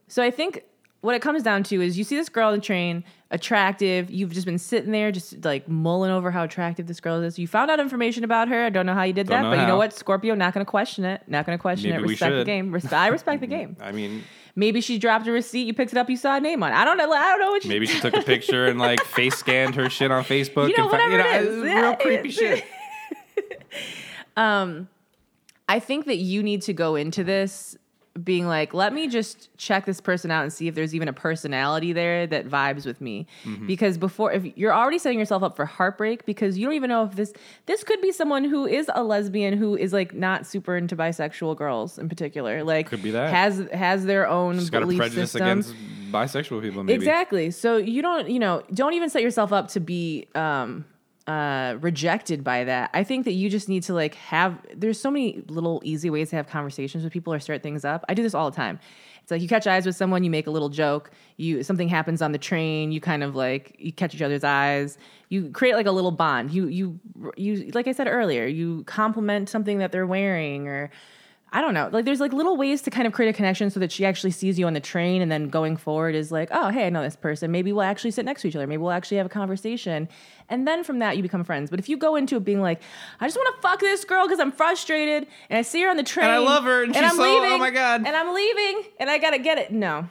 [SPEAKER 1] so I think what it comes down to is you see this girl on the train, attractive. You've just been sitting there, just like mulling over how attractive this girl is. You found out information about her. I don't know how you did
[SPEAKER 2] Don't
[SPEAKER 1] that,
[SPEAKER 2] know
[SPEAKER 1] but you
[SPEAKER 2] how.
[SPEAKER 1] know what, Scorpio, not going to question it. Not going to question
[SPEAKER 2] Maybe
[SPEAKER 1] it.
[SPEAKER 2] we
[SPEAKER 1] Respect the
[SPEAKER 2] should.
[SPEAKER 1] game. Respe- I respect the game.
[SPEAKER 2] I mean,
[SPEAKER 1] Maybe she dropped a receipt. You picked it up. You saw a name on. it. I don't know. I don't know what you.
[SPEAKER 2] Maybe she took a picture and like face scanned her shit on Facebook.
[SPEAKER 1] You know,
[SPEAKER 2] and fi-
[SPEAKER 1] whatever it
[SPEAKER 2] it's
[SPEAKER 1] is. Yeah,
[SPEAKER 2] real creepy
[SPEAKER 1] it's-
[SPEAKER 2] shit.
[SPEAKER 1] I think that you need to go into this being like, let me just check this person out and see if there's even a personality there that vibes with me.
[SPEAKER 2] Mm-hmm.
[SPEAKER 1] Because before, if you're already setting yourself up for heartbreak, because you don't even know if this this could be someone who is a lesbian who is like not super into bisexual girls in particular, like
[SPEAKER 2] Could be that.
[SPEAKER 1] has has their own
[SPEAKER 2] She's got a
[SPEAKER 1] belief
[SPEAKER 2] prejudice
[SPEAKER 1] system.
[SPEAKER 2] against bisexual people. Maybe
[SPEAKER 1] Exactly. So you don't, you know, don't even set yourself up to be um, uh, rejected by that. I think that you just need to like have. There's so many little easy ways to have conversations with people or start things up. I do this all the time. It's like you catch eyes with someone, you make a little joke. You something happens on the train, you kind of like you catch each other's eyes. You create like a little bond. You you you like I said earlier, you compliment something that they're wearing or I don't know. Like there's like little ways to kind of create a connection so that she actually sees you on the train and then going forward is like, oh, hey, I know this person. Maybe we'll actually sit next to each other. Maybe we'll actually have a conversation. And then from that you become friends. But if you go into it being like, I just want to fuck this girl because I'm frustrated and I see her on the train
[SPEAKER 2] I love her, and she's
[SPEAKER 1] I'm
[SPEAKER 2] so- oh
[SPEAKER 1] leaving,
[SPEAKER 2] my God.
[SPEAKER 1] And I'm leaving and I gotta get it. No.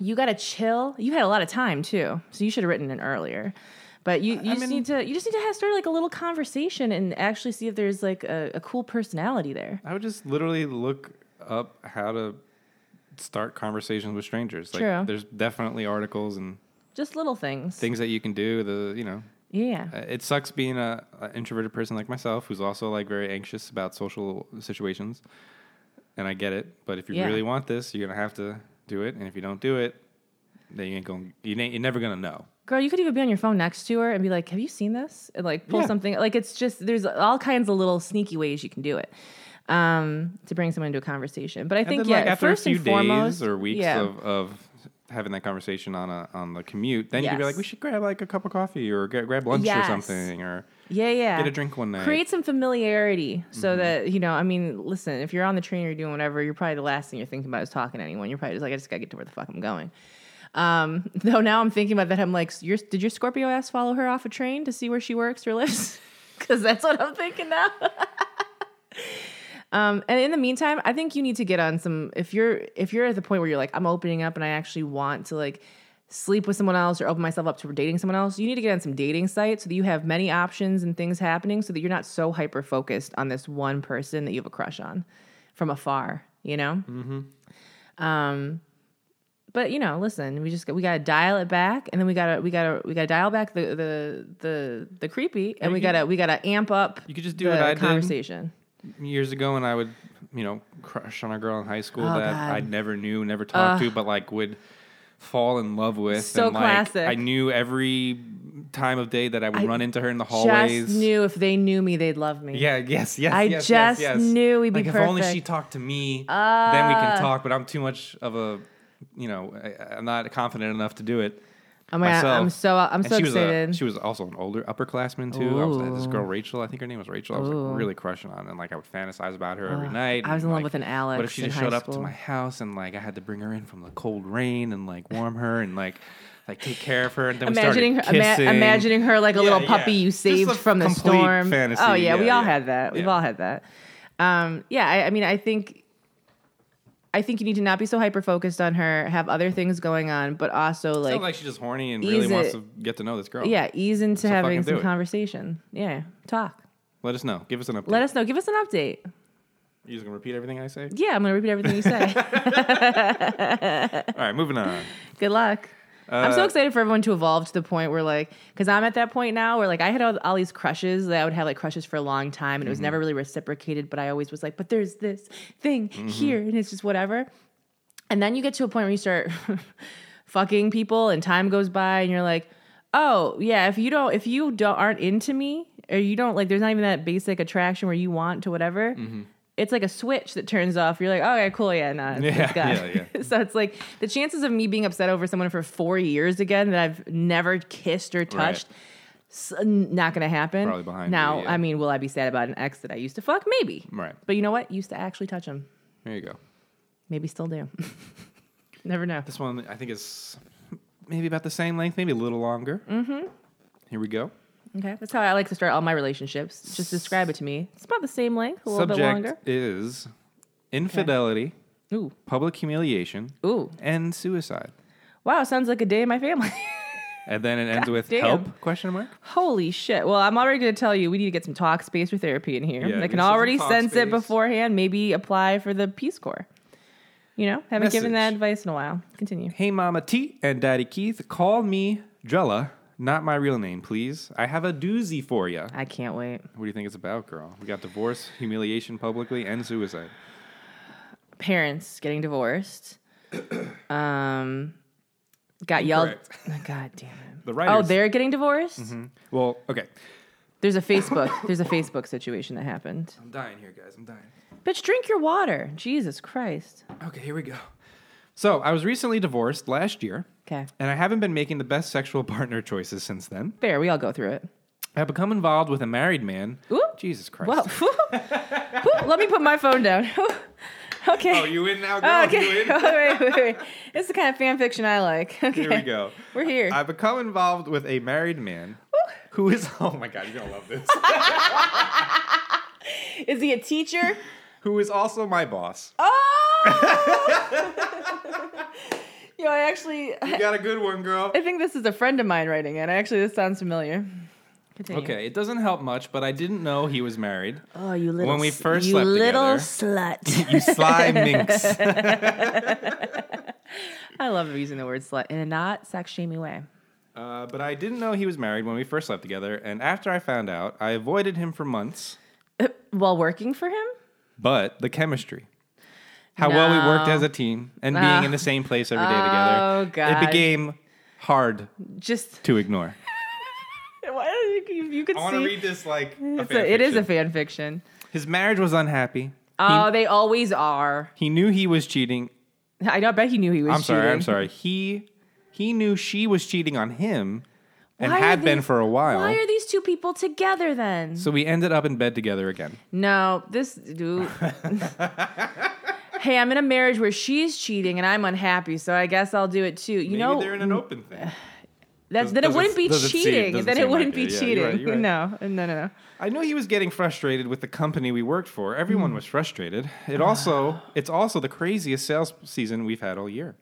[SPEAKER 1] You gotta chill. You had a lot of time too. So you should have written it earlier. But you, you just
[SPEAKER 2] mean-
[SPEAKER 1] need to you just need to have start like a little conversation and actually see if there's like a, a cool personality there.
[SPEAKER 2] I would just literally look up how to start conversations with strangers. Like,
[SPEAKER 1] True.
[SPEAKER 2] There's definitely articles and
[SPEAKER 1] Just little things.
[SPEAKER 2] things that you can do. The you know,
[SPEAKER 1] Yeah.
[SPEAKER 2] uh, it sucks being a, a introverted person like myself who's also like very anxious about social situations. And I get it, but if you
[SPEAKER 1] Yeah.
[SPEAKER 2] really want this, you're gonna have to do it. And if you don't do it, then you ain't going. You ain't, you're never gonna know.
[SPEAKER 1] Girl, you could even be on your phone next to her and be like, Have you seen this? And like pull
[SPEAKER 2] Yeah.
[SPEAKER 1] something. Like it's just, there's all kinds of little sneaky ways you can do it um, to bring someone into a conversation. But I think,
[SPEAKER 2] and then,
[SPEAKER 1] yeah,
[SPEAKER 2] like after
[SPEAKER 1] first
[SPEAKER 2] a few
[SPEAKER 1] and foremost,
[SPEAKER 2] days or weeks
[SPEAKER 1] yeah,
[SPEAKER 2] of, of having that conversation on a on the commute, then you could be
[SPEAKER 1] Yes.
[SPEAKER 2] like, we should grab like a cup of coffee or get, grab lunch or
[SPEAKER 1] Yes.
[SPEAKER 2] something or
[SPEAKER 1] yeah, yeah.
[SPEAKER 2] get a drink one night.
[SPEAKER 1] Create some familiarity so that, you know, I mean, listen, if you're on the train or you're doing whatever, you're probably the last thing you're thinking about is talking to anyone. You're probably just like, I just got to get to where the fuck I'm going. Um, though now I'm thinking about that. I'm like, your, did your Scorpio ass follow her off a train to see where she works or lives? Because that's what I'm thinking now. Um, and in the meantime, I think you need to get on some. If you're if you're at the point where you're like, I'm opening up and I actually want to like sleep with someone else or open myself up to dating someone else, you need to get on some dating sites so that you have many options and things happening so that you're not so hyper focused on this one person that you have a crush on from afar, you know? Mm-hmm. Um, but you know, listen, we just we gotta dial it back, and then we gotta we gotta we gotta dial back the the the the creepy, and we
[SPEAKER 2] you-
[SPEAKER 1] gotta we gotta amp up.
[SPEAKER 2] you could just do
[SPEAKER 1] the
[SPEAKER 2] what I did.
[SPEAKER 1] conversation.
[SPEAKER 2] years ago and I would, you know, crush on a girl in high school
[SPEAKER 1] Oh,
[SPEAKER 2] that
[SPEAKER 1] God.
[SPEAKER 2] I never knew, never talked to, but like would fall in love with.
[SPEAKER 1] So
[SPEAKER 2] and like
[SPEAKER 1] classic.
[SPEAKER 2] I knew every time of day that I would
[SPEAKER 1] I
[SPEAKER 2] run into her in the
[SPEAKER 1] Just
[SPEAKER 2] hallways.
[SPEAKER 1] knew if they knew me, they'd love me.
[SPEAKER 2] yeah, yes, yes.
[SPEAKER 1] I
[SPEAKER 2] yes, yes,
[SPEAKER 1] just
[SPEAKER 2] yes.
[SPEAKER 1] knew we'd be
[SPEAKER 2] like, If only she
[SPEAKER 1] perfect.
[SPEAKER 2] talked to me, then we
[SPEAKER 1] Ah.
[SPEAKER 2] can talk. But I'm too much of a, you know, I, I'm not confident enough to do it.
[SPEAKER 1] Oh my god,
[SPEAKER 2] myself.
[SPEAKER 1] I'm so I'm
[SPEAKER 2] And
[SPEAKER 1] so
[SPEAKER 2] she was a-
[SPEAKER 1] excited.
[SPEAKER 2] she was also an older upperclassman too. I was like, this
[SPEAKER 1] Ooh.
[SPEAKER 2] girl Rachel, I think her name was Rachel. I was
[SPEAKER 1] Ooh.
[SPEAKER 2] like really crushing on, her, and like I would fantasize about her every
[SPEAKER 1] Ugh.
[SPEAKER 2] night.
[SPEAKER 1] I was in
[SPEAKER 2] and,
[SPEAKER 1] love
[SPEAKER 2] like,
[SPEAKER 1] with an Alex
[SPEAKER 2] What if she
[SPEAKER 1] in
[SPEAKER 2] just
[SPEAKER 1] high
[SPEAKER 2] showed up to
[SPEAKER 1] school.
[SPEAKER 2] my house and like I had to bring her in from the cold rain and like warm her and like like take care of her and then
[SPEAKER 1] imagining
[SPEAKER 2] we
[SPEAKER 1] her,
[SPEAKER 2] started
[SPEAKER 1] ima-
[SPEAKER 2] kissing.
[SPEAKER 1] imagining her like a
[SPEAKER 2] Yeah,
[SPEAKER 1] little puppy
[SPEAKER 2] yeah.
[SPEAKER 1] you
[SPEAKER 2] Just
[SPEAKER 1] saved
[SPEAKER 2] a
[SPEAKER 1] from the
[SPEAKER 2] complete
[SPEAKER 1] storm.
[SPEAKER 2] fantasy.
[SPEAKER 1] Oh yeah, we
[SPEAKER 2] Yeah,
[SPEAKER 1] all
[SPEAKER 2] yeah.
[SPEAKER 1] had that. We've
[SPEAKER 2] Yeah.
[SPEAKER 1] all had that. Um, yeah, I, I mean, I think, I think you need to not be so hyper focused on her. Have other things going on, but also
[SPEAKER 2] Sounds
[SPEAKER 1] like,
[SPEAKER 2] like she's just horny and
[SPEAKER 1] ease
[SPEAKER 2] really wants
[SPEAKER 1] it.
[SPEAKER 2] to get to know this girl.
[SPEAKER 1] yeah, ease into
[SPEAKER 2] fucking
[SPEAKER 1] having
[SPEAKER 2] do
[SPEAKER 1] some
[SPEAKER 2] it.
[SPEAKER 1] conversation. Yeah, talk.
[SPEAKER 2] Let us know. Give us an update.
[SPEAKER 1] Let us know. Give us an update.
[SPEAKER 2] you just gonna repeat everything I say?
[SPEAKER 1] Yeah, I'm gonna repeat everything you say.
[SPEAKER 2] All right, moving on.
[SPEAKER 1] Good luck. I'm
[SPEAKER 2] Uh,
[SPEAKER 1] so excited for everyone to evolve to the point where, like, because I'm at that point now where, like, I had all, all these crushes that I would have, like, crushes for a long time
[SPEAKER 2] Mm-hmm.
[SPEAKER 1] and it was never really reciprocated, but I always was like, but there's this thing
[SPEAKER 2] Mm-hmm.
[SPEAKER 1] here and it's just whatever. And then you get to a point where you start fucking people and time goes by and you're like, oh, yeah, if you don't, if you don't, aren't into me or you don't, like, there's not even that basic attraction where you want to whatever.
[SPEAKER 2] Mm-hmm.
[SPEAKER 1] It's like a switch that turns off. You're like, oh, okay, cool, yeah, nah, it's,
[SPEAKER 2] Yeah,
[SPEAKER 1] it's got-
[SPEAKER 2] yeah, yeah.
[SPEAKER 1] so it's like the chances of me being upset over someone for four years again that I've never kissed or touched, s- not going to happen.
[SPEAKER 2] Probably behind
[SPEAKER 1] Now,
[SPEAKER 2] you, yeah.
[SPEAKER 1] I mean, will I be sad about an ex that I used to fuck? Maybe.
[SPEAKER 2] Right.
[SPEAKER 1] But you know what? Used to actually touch him.
[SPEAKER 2] There you go.
[SPEAKER 1] Maybe still do. Never know.
[SPEAKER 2] This one I think is maybe about the same length, maybe a little longer. Mm-hmm. Here we go.
[SPEAKER 1] Okay. That's how I like to start all my relationships. Just describe it to me. It's about the same length, a little
[SPEAKER 2] Subject
[SPEAKER 1] bit longer.
[SPEAKER 2] is infidelity,
[SPEAKER 1] Ooh.
[SPEAKER 2] public humiliation,
[SPEAKER 1] Ooh.
[SPEAKER 2] and suicide.
[SPEAKER 1] Wow. Sounds like a day in my family.
[SPEAKER 2] And then it ends with
[SPEAKER 1] damn.
[SPEAKER 2] help? Question mark.
[SPEAKER 1] Holy shit. Well, I'm already going to tell you we need to get some talk space or therapy in here.
[SPEAKER 2] Yeah,
[SPEAKER 1] I
[SPEAKER 2] get
[SPEAKER 1] can
[SPEAKER 2] some
[SPEAKER 1] already
[SPEAKER 2] talk
[SPEAKER 1] sense it
[SPEAKER 2] space.
[SPEAKER 1] beforehand. Maybe apply for the Peace Corps. You know, haven't given that
[SPEAKER 2] Message.
[SPEAKER 1] advice in a while. Continue.
[SPEAKER 2] Hey, Mama T and Daddy Keith, call me Jella, not my real name, please. I have a doozy for ya.
[SPEAKER 1] I can't wait.
[SPEAKER 2] What do you think it's about, girl? We got divorce, humiliation publicly, and suicide.
[SPEAKER 1] Parents getting divorced. Um, got yelled. God damn it.
[SPEAKER 2] The
[SPEAKER 1] Oh,
[SPEAKER 2] writers. Mm-hmm.
[SPEAKER 1] they're getting divorced?
[SPEAKER 2] Well, okay.
[SPEAKER 1] There's a Facebook. There's a Facebook situation that happened.
[SPEAKER 2] I'm dying here, guys. I'm dying.
[SPEAKER 1] Bitch, drink your water. Jesus Christ.
[SPEAKER 2] Okay, here we go. So I was recently divorced last year,
[SPEAKER 1] Okay.
[SPEAKER 2] and I haven't been making the best sexual partner choices since then.
[SPEAKER 1] Fair. We all go through it.
[SPEAKER 2] I've become involved with a married man.
[SPEAKER 1] Ooh.
[SPEAKER 2] Jesus Christ.
[SPEAKER 1] Well, let me put my phone down. okay.
[SPEAKER 2] Oh, you in now,
[SPEAKER 1] Oh,
[SPEAKER 2] girl? You
[SPEAKER 1] okay.
[SPEAKER 2] in?
[SPEAKER 1] wait, wait, wait. This is the kind of fan fiction I like. Okay.
[SPEAKER 2] Here we go.
[SPEAKER 1] We're here.
[SPEAKER 2] I've become involved with a married man who is, oh my God, you're going to love this,
[SPEAKER 1] Is he a teacher?
[SPEAKER 2] who is also my boss.
[SPEAKER 1] Oh! Yo, I actually,
[SPEAKER 2] You
[SPEAKER 1] I
[SPEAKER 2] got a good one, girl.
[SPEAKER 1] think this is a friend of mine writing it. Actually, this sounds familiar. Continue.
[SPEAKER 2] Okay, it doesn't help much, but I didn't know he was married.
[SPEAKER 1] Oh, you little.
[SPEAKER 2] When we
[SPEAKER 1] s-
[SPEAKER 2] first
[SPEAKER 1] you
[SPEAKER 2] slept
[SPEAKER 1] little
[SPEAKER 2] together.
[SPEAKER 1] slut.
[SPEAKER 2] You sly minx.
[SPEAKER 1] I love using the word slut in a not sex shaming way.
[SPEAKER 2] Uh, but I didn't know he was married when we first slept together, and after I found out, I avoided him for months.
[SPEAKER 1] While working for him,
[SPEAKER 2] but the chemistry. How well we worked
[SPEAKER 1] No.
[SPEAKER 2] as a team and
[SPEAKER 1] No.
[SPEAKER 2] being in the same place every day
[SPEAKER 1] Oh,
[SPEAKER 2] together.
[SPEAKER 1] God.
[SPEAKER 2] It became hard
[SPEAKER 1] just
[SPEAKER 2] to ignore.
[SPEAKER 1] why you, you could
[SPEAKER 2] I want
[SPEAKER 1] see
[SPEAKER 2] to read this like a
[SPEAKER 1] it's a, it is a fan fiction.
[SPEAKER 2] His marriage was unhappy.
[SPEAKER 1] Oh, they always are.
[SPEAKER 2] He knew he was cheating.
[SPEAKER 1] I know. I bet he knew he was.
[SPEAKER 2] I'm sorry. I'm
[SPEAKER 1] cheating.
[SPEAKER 2] sorry. He he knew she was cheating on him and
[SPEAKER 1] Why are
[SPEAKER 2] had been
[SPEAKER 1] these-
[SPEAKER 2] for a while.
[SPEAKER 1] Why are these two people together then?
[SPEAKER 2] so we ended up in bed together again.
[SPEAKER 1] no, this dude. hey, I'm in a marriage where she's cheating and I'm unhappy, so I guess I'll do it too. You know,
[SPEAKER 2] an open thing.
[SPEAKER 1] that,
[SPEAKER 2] does-
[SPEAKER 1] then it
[SPEAKER 2] doesn't-
[SPEAKER 1] wouldn't be
[SPEAKER 2] doesn't seem-
[SPEAKER 1] cheating.
[SPEAKER 2] doesn't
[SPEAKER 1] then
[SPEAKER 2] seem
[SPEAKER 1] it wouldn't
[SPEAKER 2] like
[SPEAKER 1] be
[SPEAKER 2] it. Yeah,
[SPEAKER 1] cheating.
[SPEAKER 2] you're right, you're right.
[SPEAKER 1] No, no, no, no.
[SPEAKER 2] I knew he was getting frustrated with the company we worked for.
[SPEAKER 1] Hmm.
[SPEAKER 2] Everyone was frustrated.
[SPEAKER 1] Ah.
[SPEAKER 2] It also it's also the craziest sales season we've had all year.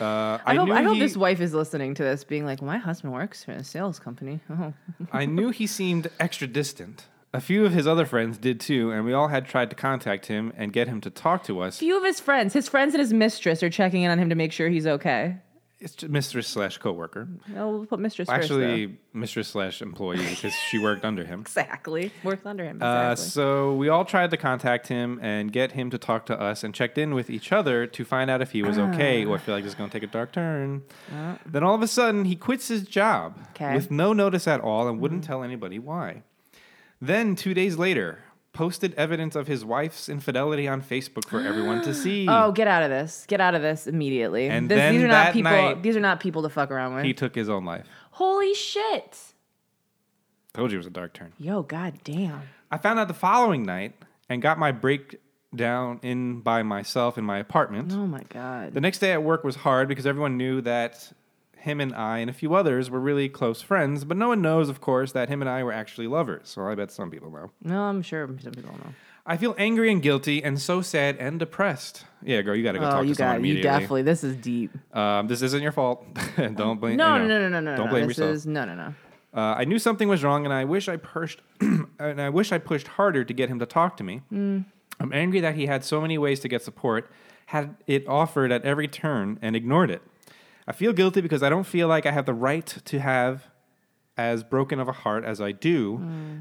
[SPEAKER 2] Uh,
[SPEAKER 1] I, hope,
[SPEAKER 2] knew
[SPEAKER 1] I hope
[SPEAKER 2] he-
[SPEAKER 1] this wife is listening to this, being like, my husband works for a sales company. Oh.
[SPEAKER 2] I knew he seemed extra distant. A few of his other friends did too, and we all had tried to contact him and get him to talk to us.
[SPEAKER 1] Few of his friends, his friends and his mistress, are checking in on him to make sure he's okay.
[SPEAKER 2] It's just mistress slash coworker.
[SPEAKER 1] Oh, we'll put mistress first.
[SPEAKER 2] Actually, mistress slash employee because she worked under him.
[SPEAKER 1] though. Exactly. Works under him.
[SPEAKER 2] Uh,
[SPEAKER 1] Exactly.
[SPEAKER 2] so we all tried to contact him and get him to talk to us and checked in with each other to find out if he was okay.
[SPEAKER 1] Ah.
[SPEAKER 2] Well, I feel like this is going to take a dark turn. Then all of a sudden, he quits his job
[SPEAKER 1] 'Kay.
[SPEAKER 2] with no notice at all and wouldn't
[SPEAKER 1] Mm-hmm.
[SPEAKER 2] tell anybody why. Then two days later, posted evidence of his wife's infidelity on Facebook for everyone to see.
[SPEAKER 1] oh, get out of this. Get out of this immediately.
[SPEAKER 2] Hmm. And
[SPEAKER 1] This-
[SPEAKER 2] then
[SPEAKER 1] these are
[SPEAKER 2] that
[SPEAKER 1] not people
[SPEAKER 2] night-
[SPEAKER 1] these are not people to fuck around with.
[SPEAKER 2] He took his own life.
[SPEAKER 1] Holy shit.
[SPEAKER 2] Told you it was a dark turn.
[SPEAKER 1] Yo, god damn.
[SPEAKER 2] I found out the following night and got my breakdown in by myself in my apartment.
[SPEAKER 1] Oh my god.
[SPEAKER 2] The next day at work was hard because everyone knew that him and I and a few others were really close friends, but no one knows, of course, that him and I were actually lovers. Well, I bet some people know.
[SPEAKER 1] No, I'm sure some people know.
[SPEAKER 2] I feel angry and guilty and so sad and depressed. Yeah, girl, you gotta go
[SPEAKER 1] Oh,
[SPEAKER 2] talk
[SPEAKER 1] you
[SPEAKER 2] to someone
[SPEAKER 1] got you
[SPEAKER 2] immediately.
[SPEAKER 1] definitely this is deep.
[SPEAKER 2] um, this isn't your fault. don't blame.
[SPEAKER 1] No,
[SPEAKER 2] you
[SPEAKER 1] no, no,
[SPEAKER 2] know,
[SPEAKER 1] no, no, no.
[SPEAKER 2] Don't
[SPEAKER 1] no.
[SPEAKER 2] blame
[SPEAKER 1] this
[SPEAKER 2] yourself.
[SPEAKER 1] Is, no, no, no.
[SPEAKER 2] Uh, I knew something was wrong, and I wish I pushed, and I wish I pushed harder to get him to talk to me. I'm angry that he had so many ways to get support, had it offered at every turn, and ignored it. I feel guilty because I don't feel like I have the right to have as broken of a heart as I do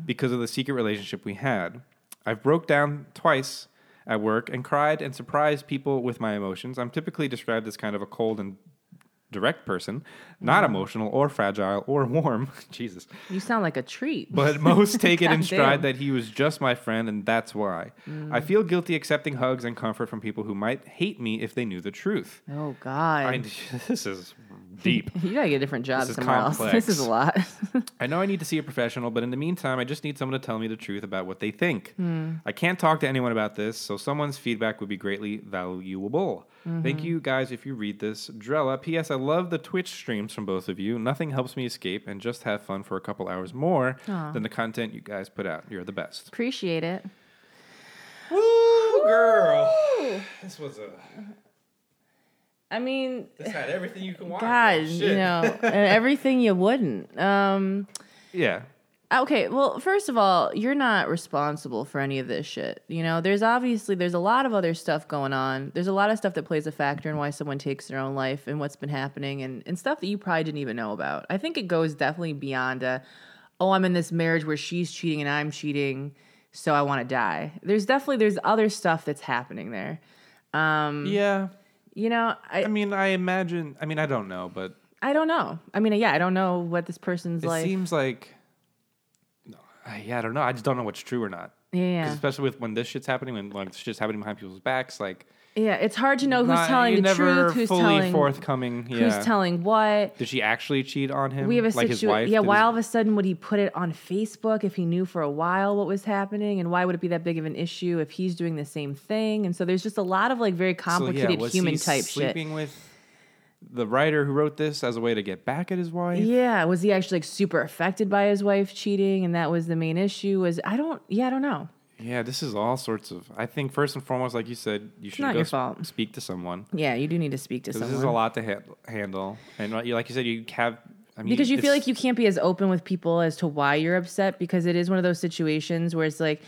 [SPEAKER 2] because of the secret relationship we had. I've broke down twice at work and cried and surprised people with my emotions. I'm typically described as kind of a cold and direct person, not emotional or fragile or warm. Jesus.
[SPEAKER 1] You sound like a treat.
[SPEAKER 2] But most take it in
[SPEAKER 1] God
[SPEAKER 2] stride
[SPEAKER 1] damn.
[SPEAKER 2] that he was just my friend and that's why. I feel guilty accepting hugs and comfort from people who might hate me if they knew the truth.
[SPEAKER 1] oh god.
[SPEAKER 2] I, this is deep.
[SPEAKER 1] you gotta get a different job
[SPEAKER 2] is
[SPEAKER 1] somewhere else.
[SPEAKER 2] complex.
[SPEAKER 1] This is a lot.
[SPEAKER 2] I know I need to see a professional, but in the meantime, I just need someone to tell me the truth about what they think. I can't talk to anyone about this, so someone's feedback would be greatly valuable. Thank you guys if you read this. Drella, P.S. I love the Twitch streams from both of you. Nothing helps me escape and just have fun for a couple hours more than the content you guys put out. You're the best.
[SPEAKER 1] Appreciate it.
[SPEAKER 2] Woo, girl. This was a.
[SPEAKER 1] I mean,
[SPEAKER 2] This had everything you can want.
[SPEAKER 1] God, you know, and everything you wouldn't. Um,
[SPEAKER 2] Yeah.
[SPEAKER 1] okay, well, first of all, you're not responsible for any of this shit. You know, there's obviously there's a lot of other stuff going on. There's a lot of stuff that plays a factor in why someone takes their own life and what's been happening and and stuff that you probably didn't even know about. I think it goes definitely beyond a, oh, I'm in this marriage where she's cheating and I'm cheating, so I want to die. There's definitely there's other stuff that's happening there.
[SPEAKER 2] Yeah.
[SPEAKER 1] You know, I
[SPEAKER 2] I mean, I imagine. I mean, I don't know, but
[SPEAKER 1] I don't know. I mean, yeah, I don't know what this person's
[SPEAKER 2] It
[SPEAKER 1] like.
[SPEAKER 2] seems like, no, I- yeah, I don't know. I just don't know what's true or not. 'Cause
[SPEAKER 1] yeah.
[SPEAKER 2] Especially with when this shit's happening, when like shit's happening behind people's backs, like
[SPEAKER 1] Yeah, it's hard to know who's
[SPEAKER 2] not-
[SPEAKER 1] telling
[SPEAKER 2] you're
[SPEAKER 1] the
[SPEAKER 2] never
[SPEAKER 1] truth, who's
[SPEAKER 2] fully
[SPEAKER 1] telling
[SPEAKER 2] forthcoming. Yeah.
[SPEAKER 1] who's telling what.
[SPEAKER 2] Did she actually cheat on him?
[SPEAKER 1] We have a
[SPEAKER 2] like his wife.
[SPEAKER 1] situation. Yeah,
[SPEAKER 2] Did
[SPEAKER 1] why
[SPEAKER 2] his-
[SPEAKER 1] all of a sudden would he put it on Facebook if he knew for a while what was happening, and why would it be that big of an issue if he's doing the same thing? And so there's just a lot of like very
[SPEAKER 2] So, yeah,
[SPEAKER 1] complicated
[SPEAKER 2] was
[SPEAKER 1] human
[SPEAKER 2] he
[SPEAKER 1] type
[SPEAKER 2] sleeping
[SPEAKER 1] shit.
[SPEAKER 2] with the writer who wrote this as a way to get back at his wife.
[SPEAKER 1] Yeah, was he actually like super affected by his wife cheating, and that was the main issue? Was I don't, yeah, I don't know.
[SPEAKER 2] Yeah, this is all sorts of. I think first and foremost, like you said, you should
[SPEAKER 1] not
[SPEAKER 2] go
[SPEAKER 1] your
[SPEAKER 2] sp-
[SPEAKER 1] fault.
[SPEAKER 2] speak to someone.
[SPEAKER 1] Yeah, you do need to speak to
[SPEAKER 2] 'Cause
[SPEAKER 1] someone.
[SPEAKER 2] This is a lot to ha- handle, and like you like you said, you have. I mean,
[SPEAKER 1] because you feel
[SPEAKER 2] it's-
[SPEAKER 1] like you can't be as open with people as to why you're upset because it is one of those situations where it's like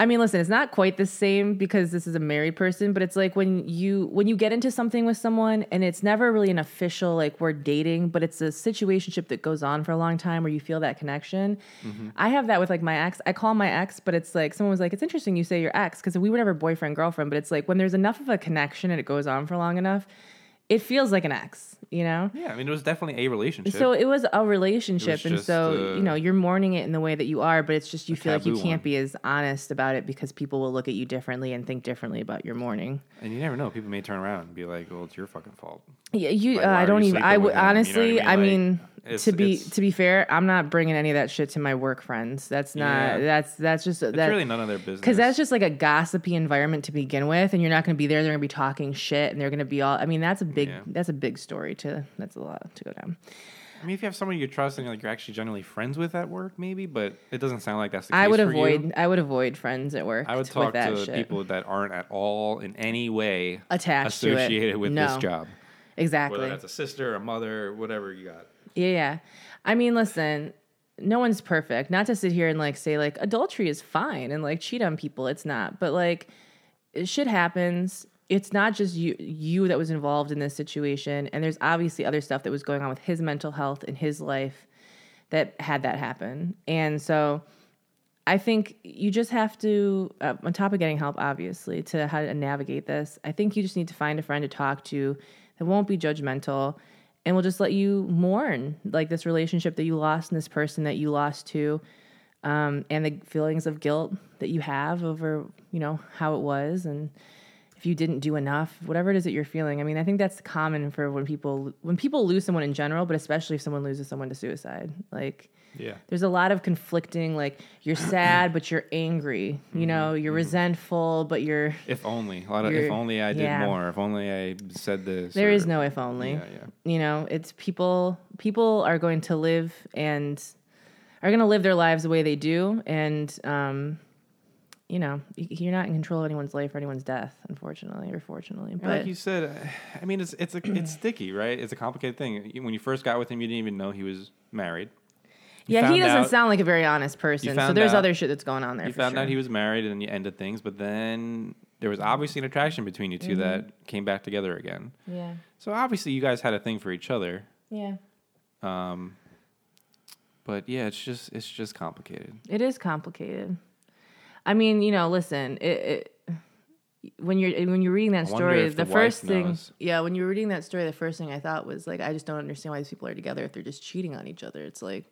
[SPEAKER 1] I mean, listen, it's not quite the same because this is a married person, but it's like when you when you get into something with someone and it's never really an official like we're dating, but it's a situationship that goes on for a long time where you feel that connection.
[SPEAKER 2] Mm-hmm.
[SPEAKER 1] I have that with like my ex. I call my ex, but it's like someone was like, "It's interesting you say your ex because we were never boyfriend girlfriend," but it's like when there's enough of a connection and it goes on for long enough, it feels like an ex, you know?
[SPEAKER 2] Yeah, I mean, it was definitely a relationship.
[SPEAKER 1] So it was a relationship, and
[SPEAKER 2] just,
[SPEAKER 1] so
[SPEAKER 2] uh,
[SPEAKER 1] you know you're mourning it in the way that you are, but it's just you feel like you
[SPEAKER 2] taboo
[SPEAKER 1] can't
[SPEAKER 2] one.
[SPEAKER 1] be as honest about it because people will look at you differently and think differently about your mourning.
[SPEAKER 2] And you never know. People may turn around and be like, "Well, it's your fucking fault."
[SPEAKER 1] Yeah, you.
[SPEAKER 2] Like,
[SPEAKER 1] uh,
[SPEAKER 2] why are
[SPEAKER 1] I don't
[SPEAKER 2] you
[SPEAKER 1] even.
[SPEAKER 2] sleeping
[SPEAKER 1] I
[SPEAKER 2] with
[SPEAKER 1] would
[SPEAKER 2] him? You know what I
[SPEAKER 1] honestly.
[SPEAKER 2] mean?
[SPEAKER 1] I
[SPEAKER 2] Like,
[SPEAKER 1] mean,
[SPEAKER 2] it's-
[SPEAKER 1] to be
[SPEAKER 2] it's-
[SPEAKER 1] to be fair, I'm not bringing any of that shit to my work friends. That's not.
[SPEAKER 2] Yeah.
[SPEAKER 1] That's that's just
[SPEAKER 2] It's
[SPEAKER 1] that.
[SPEAKER 2] really none of their business.
[SPEAKER 1] because that's just like a gossipy environment to begin with, and you're not going to be there. They're going to be talking shit, and they're going to be all. I mean, that's a big.
[SPEAKER 2] Yeah.
[SPEAKER 1] That's a big story to. That's a lot to go down.
[SPEAKER 2] I mean, if you have someone you trust and you're like you're actually generally friends with at work, maybe, but it doesn't sound like that's the case.
[SPEAKER 1] I would
[SPEAKER 2] for
[SPEAKER 1] avoid.
[SPEAKER 2] You.
[SPEAKER 1] I would avoid friends at work.
[SPEAKER 2] I would
[SPEAKER 1] t-
[SPEAKER 2] talk
[SPEAKER 1] with that
[SPEAKER 2] to
[SPEAKER 1] shit.
[SPEAKER 2] people that aren't at all in any way
[SPEAKER 1] Attached to it.
[SPEAKER 2] associated with this
[SPEAKER 1] No.
[SPEAKER 2] job.
[SPEAKER 1] Exactly.
[SPEAKER 2] Whether that's a sister, a mother, whatever you got.
[SPEAKER 1] Yeah, yeah. I mean, listen, no one's perfect. Not to sit here and like say like adultery is fine and like cheat on people. It's not. But like shit happens. It's not just you you that was involved in this situation and there's obviously other stuff that was going on with his mental health and his life that had that happen. And so I think you just have to, uh, on top of getting help, obviously, to how to navigate this, I think you just need to find a friend to talk to that won't be judgmental and will just let you mourn like this relationship that you lost and this person that you lost to um, and the feelings of guilt that you have over, you know, how it was and if you didn't do enough, whatever it is that you're feeling. I mean, I think that's common for when people when people lose someone in general, but especially if someone loses someone to suicide. Like
[SPEAKER 2] Yeah.
[SPEAKER 1] there's a lot of conflicting like you're sad but you're angry
[SPEAKER 2] Mm-hmm.
[SPEAKER 1] you know you're resentful but you're
[SPEAKER 2] If only. A lot of
[SPEAKER 1] You're-
[SPEAKER 2] if only I did
[SPEAKER 1] yeah.
[SPEAKER 2] more. If only I said this.
[SPEAKER 1] there
[SPEAKER 2] or-
[SPEAKER 1] is no if only
[SPEAKER 2] Yeah, yeah.
[SPEAKER 1] you know it's people people are going to live and are going to live their lives the way they do and um you know y- you're not in control of anyone's life or anyone's death unfortunately or fortunately
[SPEAKER 2] And
[SPEAKER 1] but
[SPEAKER 2] like you said, I mean, it's it's a, it's sticky, right? It's a complicated thing. You- When you first got with him, you didn't even know he was married. You
[SPEAKER 1] yeah he
[SPEAKER 2] found
[SPEAKER 1] doesn't
[SPEAKER 2] out-
[SPEAKER 1] sound like a very honest person so
[SPEAKER 2] found
[SPEAKER 1] there's
[SPEAKER 2] out-
[SPEAKER 1] other shit that's going on there
[SPEAKER 2] You
[SPEAKER 1] for
[SPEAKER 2] found
[SPEAKER 1] sure. Mm-hmm.
[SPEAKER 2] out he was married, and you ended things. But then there was obviously an attraction between you 2 that came back together again.
[SPEAKER 1] yeah
[SPEAKER 2] So obviously, you guys had a thing for each other.
[SPEAKER 1] yeah
[SPEAKER 2] Um, but yeah, it's just it's just complicated.
[SPEAKER 1] It is complicated. I mean, you know, listen, it, it when you're when you're reading that
[SPEAKER 2] I wonder
[SPEAKER 1] story,
[SPEAKER 2] if
[SPEAKER 1] the,
[SPEAKER 2] the wife
[SPEAKER 1] first thing,
[SPEAKER 2] knows.
[SPEAKER 1] yeah, when you were reading that story, the first thing I thought was like, I just don't understand why these people are together if they're just cheating on each other. It's like,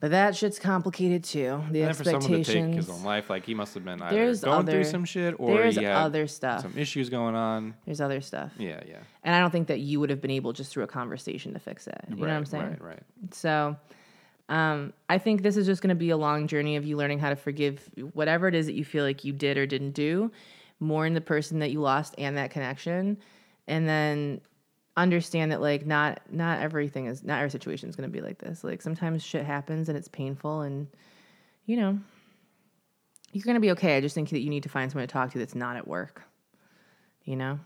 [SPEAKER 1] but that shit's complicated too. The
[SPEAKER 2] And then for someone to
[SPEAKER 1] expectations.
[SPEAKER 2] take his own life, like he must have been either
[SPEAKER 1] There's
[SPEAKER 2] going through
[SPEAKER 1] other-
[SPEAKER 2] some shit, or
[SPEAKER 1] there's
[SPEAKER 2] he had
[SPEAKER 1] other stuff.
[SPEAKER 2] some issues going on.
[SPEAKER 1] There's other stuff,
[SPEAKER 2] Yeah, yeah.
[SPEAKER 1] and I don't think that you would have been able just through a conversation to fix that. You know what I'm saying?
[SPEAKER 2] Right, right.
[SPEAKER 1] So um, I think this is just going to be a long journey of you learning how to forgive whatever it is that you feel like you did or didn't do, mourn the person that you lost and that connection, and then understand that like not not everything is not every situation is going to be like this. Like sometimes shit happens and it's painful, and you know you're going to be okay. I just think that you need to find someone to talk to that's not at work, you know,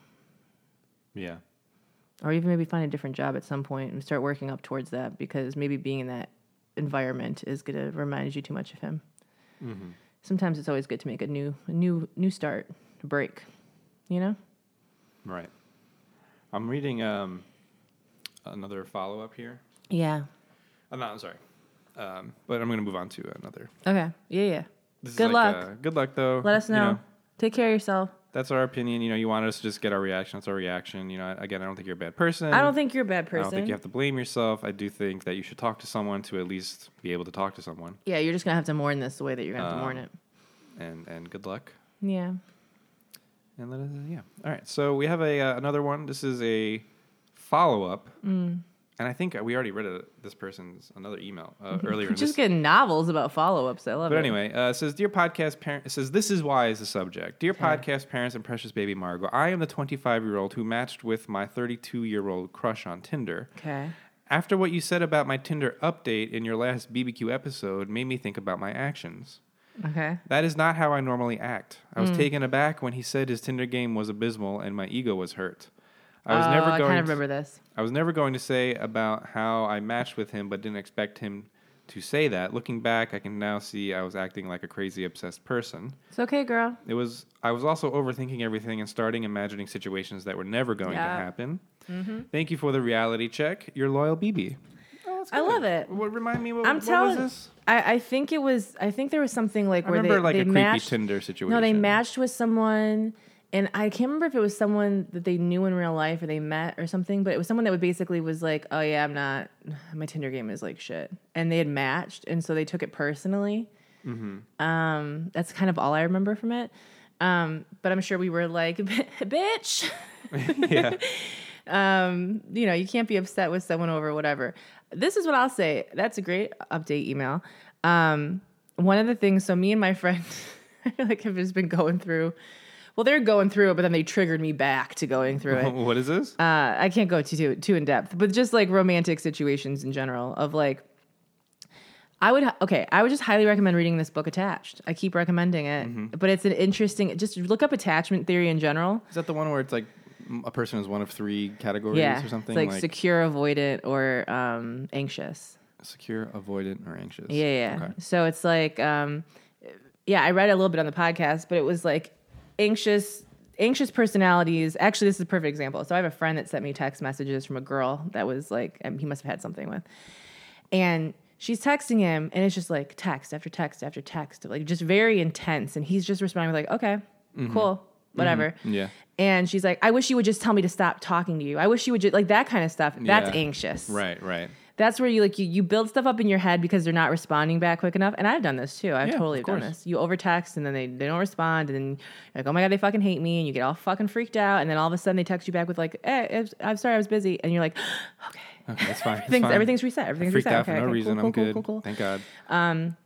[SPEAKER 2] Yeah.
[SPEAKER 1] or even maybe find a different job at some point and start working up towards that because maybe being in that environment is going to remind you too much of him.
[SPEAKER 2] Mm-hmm.
[SPEAKER 1] Sometimes it's always good to make a new, a new, new start, a break. You know?
[SPEAKER 2] Right. I'm reading um, another follow up here.
[SPEAKER 1] Yeah.
[SPEAKER 2] I'm not, I'm sorry. Um, but I'm going to move on to another.
[SPEAKER 1] Okay. Yeah. Yeah.
[SPEAKER 2] This
[SPEAKER 1] Good
[SPEAKER 2] like,
[SPEAKER 1] luck.
[SPEAKER 2] uh, good luck, though.
[SPEAKER 1] Let us
[SPEAKER 2] You
[SPEAKER 1] know. Take care of yourself.
[SPEAKER 2] that's our opinion. You know, you wanted us to just get our reaction. That's our reaction. You know, I- again, I don't think you're a bad person.
[SPEAKER 1] I don't think you're a bad
[SPEAKER 2] Um, I
[SPEAKER 1] person.
[SPEAKER 2] don't think you have to blame yourself. I do think that you should talk to someone to at least be able to talk to someone.
[SPEAKER 1] yeah, you're just gonna have to mourn this the way that you're
[SPEAKER 2] Um,
[SPEAKER 1] gonna have to mourn it.
[SPEAKER 2] And and good luck.
[SPEAKER 1] Yeah.
[SPEAKER 2] And that is yeah. All right. So we have a uh, another one. This is a follow up.
[SPEAKER 1] Mm.
[SPEAKER 2] And I think we already read a, this person's another email uh, earlier.
[SPEAKER 1] Mm-hmm.
[SPEAKER 2] in
[SPEAKER 1] Just
[SPEAKER 2] this
[SPEAKER 1] getting novels about follow-ups. I love
[SPEAKER 2] But
[SPEAKER 1] it.
[SPEAKER 2] anyway, uh, it says, Dear podcast parents, it says, This is why is the subject. Dear podcast parents and precious baby Margot, I am the 25 year old who matched with my 32 year old crush on Tinder.
[SPEAKER 1] Okay.
[SPEAKER 2] After what you said about my Tinder update in your last BBQ episode, made me think about my actions.
[SPEAKER 1] Okay.
[SPEAKER 2] That is not how I normally act. I
[SPEAKER 1] Hmm.
[SPEAKER 2] was taken aback when he said his Tinder game was abysmal and my ego was hurt. I was
[SPEAKER 1] Oh,
[SPEAKER 2] never
[SPEAKER 1] I
[SPEAKER 2] going.
[SPEAKER 1] kind
[SPEAKER 2] to-
[SPEAKER 1] of remember this.
[SPEAKER 2] I was never going to say about how I matched with him, but didn't expect him to say that. Looking back, I can now see I was acting like a crazy obsessed person.
[SPEAKER 1] It's okay, girl.
[SPEAKER 2] It was I was also overthinking everything and starting imagining situations that were never going
[SPEAKER 1] Yeah. Mm-hmm.
[SPEAKER 2] to happen. Thank you for the reality check. Your loyal BB. Oh, that's
[SPEAKER 1] I love it.
[SPEAKER 2] What remind me? What,
[SPEAKER 1] I'm
[SPEAKER 2] what
[SPEAKER 1] telling.
[SPEAKER 2] was this?
[SPEAKER 1] I, I think it was. I think there was something like
[SPEAKER 2] I
[SPEAKER 1] where
[SPEAKER 2] remember
[SPEAKER 1] they
[SPEAKER 2] like
[SPEAKER 1] they
[SPEAKER 2] a creepy
[SPEAKER 1] matched.
[SPEAKER 2] Tinder situation.
[SPEAKER 1] no, they matched with someone, and I can't remember if it was someone that they knew in real life or they met or something. But it was someone that would basically was like, "Oh yeah, I'm not. My Tinder game is like shit," and they had matched, and so they took it personally.
[SPEAKER 2] Mm-hmm.
[SPEAKER 1] Um, that's kind of all I remember from it. Um, but I'm sure we were like, "Bitch."
[SPEAKER 2] yeah,
[SPEAKER 1] um, you know, you can't be upset with someone over whatever. This is what I'll say. That's a great update email. Um, one of the things, so me and my friend, I feel like have just been going through. Well, they're going through it, but then they triggered me back to going through it.
[SPEAKER 2] what is this?
[SPEAKER 1] Uh, I can't go too, too too in depth, but just like romantic situations in general. Of like, I would okay. I would just highly recommend reading this book, Attached. I
[SPEAKER 2] Mm-hmm.
[SPEAKER 1] keep recommending it, but it's an interesting. Just look up attachment theory in general.
[SPEAKER 2] is that the one where it's like a person is one of three categories
[SPEAKER 1] yeah,
[SPEAKER 2] or something
[SPEAKER 1] it's like, secure, avoidant, or um, anxious.
[SPEAKER 2] secure, avoidant, or anxious.
[SPEAKER 1] Yeah, yeah.
[SPEAKER 2] Okay.
[SPEAKER 1] So it's like, um, yeah, I read a little bit on the podcast, but it was like anxious, anxious personalities. Actually, this is a perfect example. So I have a friend that sent me text messages from a girl that was like, um, he must have had something with, and she's texting him, and it's just like text after text after text, like just very intense, and he's just responding with like, okay,
[SPEAKER 2] Mm-hmm.
[SPEAKER 1] cool, whatever.
[SPEAKER 2] Yeah.
[SPEAKER 1] And she's like, I wish you would just tell me to stop talking to you. I wish you would just like that kind of stuff. That's
[SPEAKER 2] Yeah.
[SPEAKER 1] anxious.
[SPEAKER 2] Right. Right.
[SPEAKER 1] That's where you like you, you build stuff up in your head because they're not responding back quick enough. And I've done this too. I've
[SPEAKER 2] Yeah,
[SPEAKER 1] totally
[SPEAKER 2] of
[SPEAKER 1] done
[SPEAKER 2] course.
[SPEAKER 1] this. You overtext and then they, they don't respond and then you're like, oh my god, they fucking hate me and you get all fucking freaked out and then all of a sudden they text you back with like, eh, I'm- I'm sorry, I was busy and you're like, okay,
[SPEAKER 2] Okay, that's fine. That's
[SPEAKER 1] everything's
[SPEAKER 2] fine.
[SPEAKER 1] everything's reset, everything's
[SPEAKER 2] freaked
[SPEAKER 1] reset.
[SPEAKER 2] out
[SPEAKER 1] okay,
[SPEAKER 2] for no
[SPEAKER 1] okay, cool,
[SPEAKER 2] reason.
[SPEAKER 1] cool,
[SPEAKER 2] I'm
[SPEAKER 1] cool,
[SPEAKER 2] good.
[SPEAKER 1] cool, cool.
[SPEAKER 2] Thank God.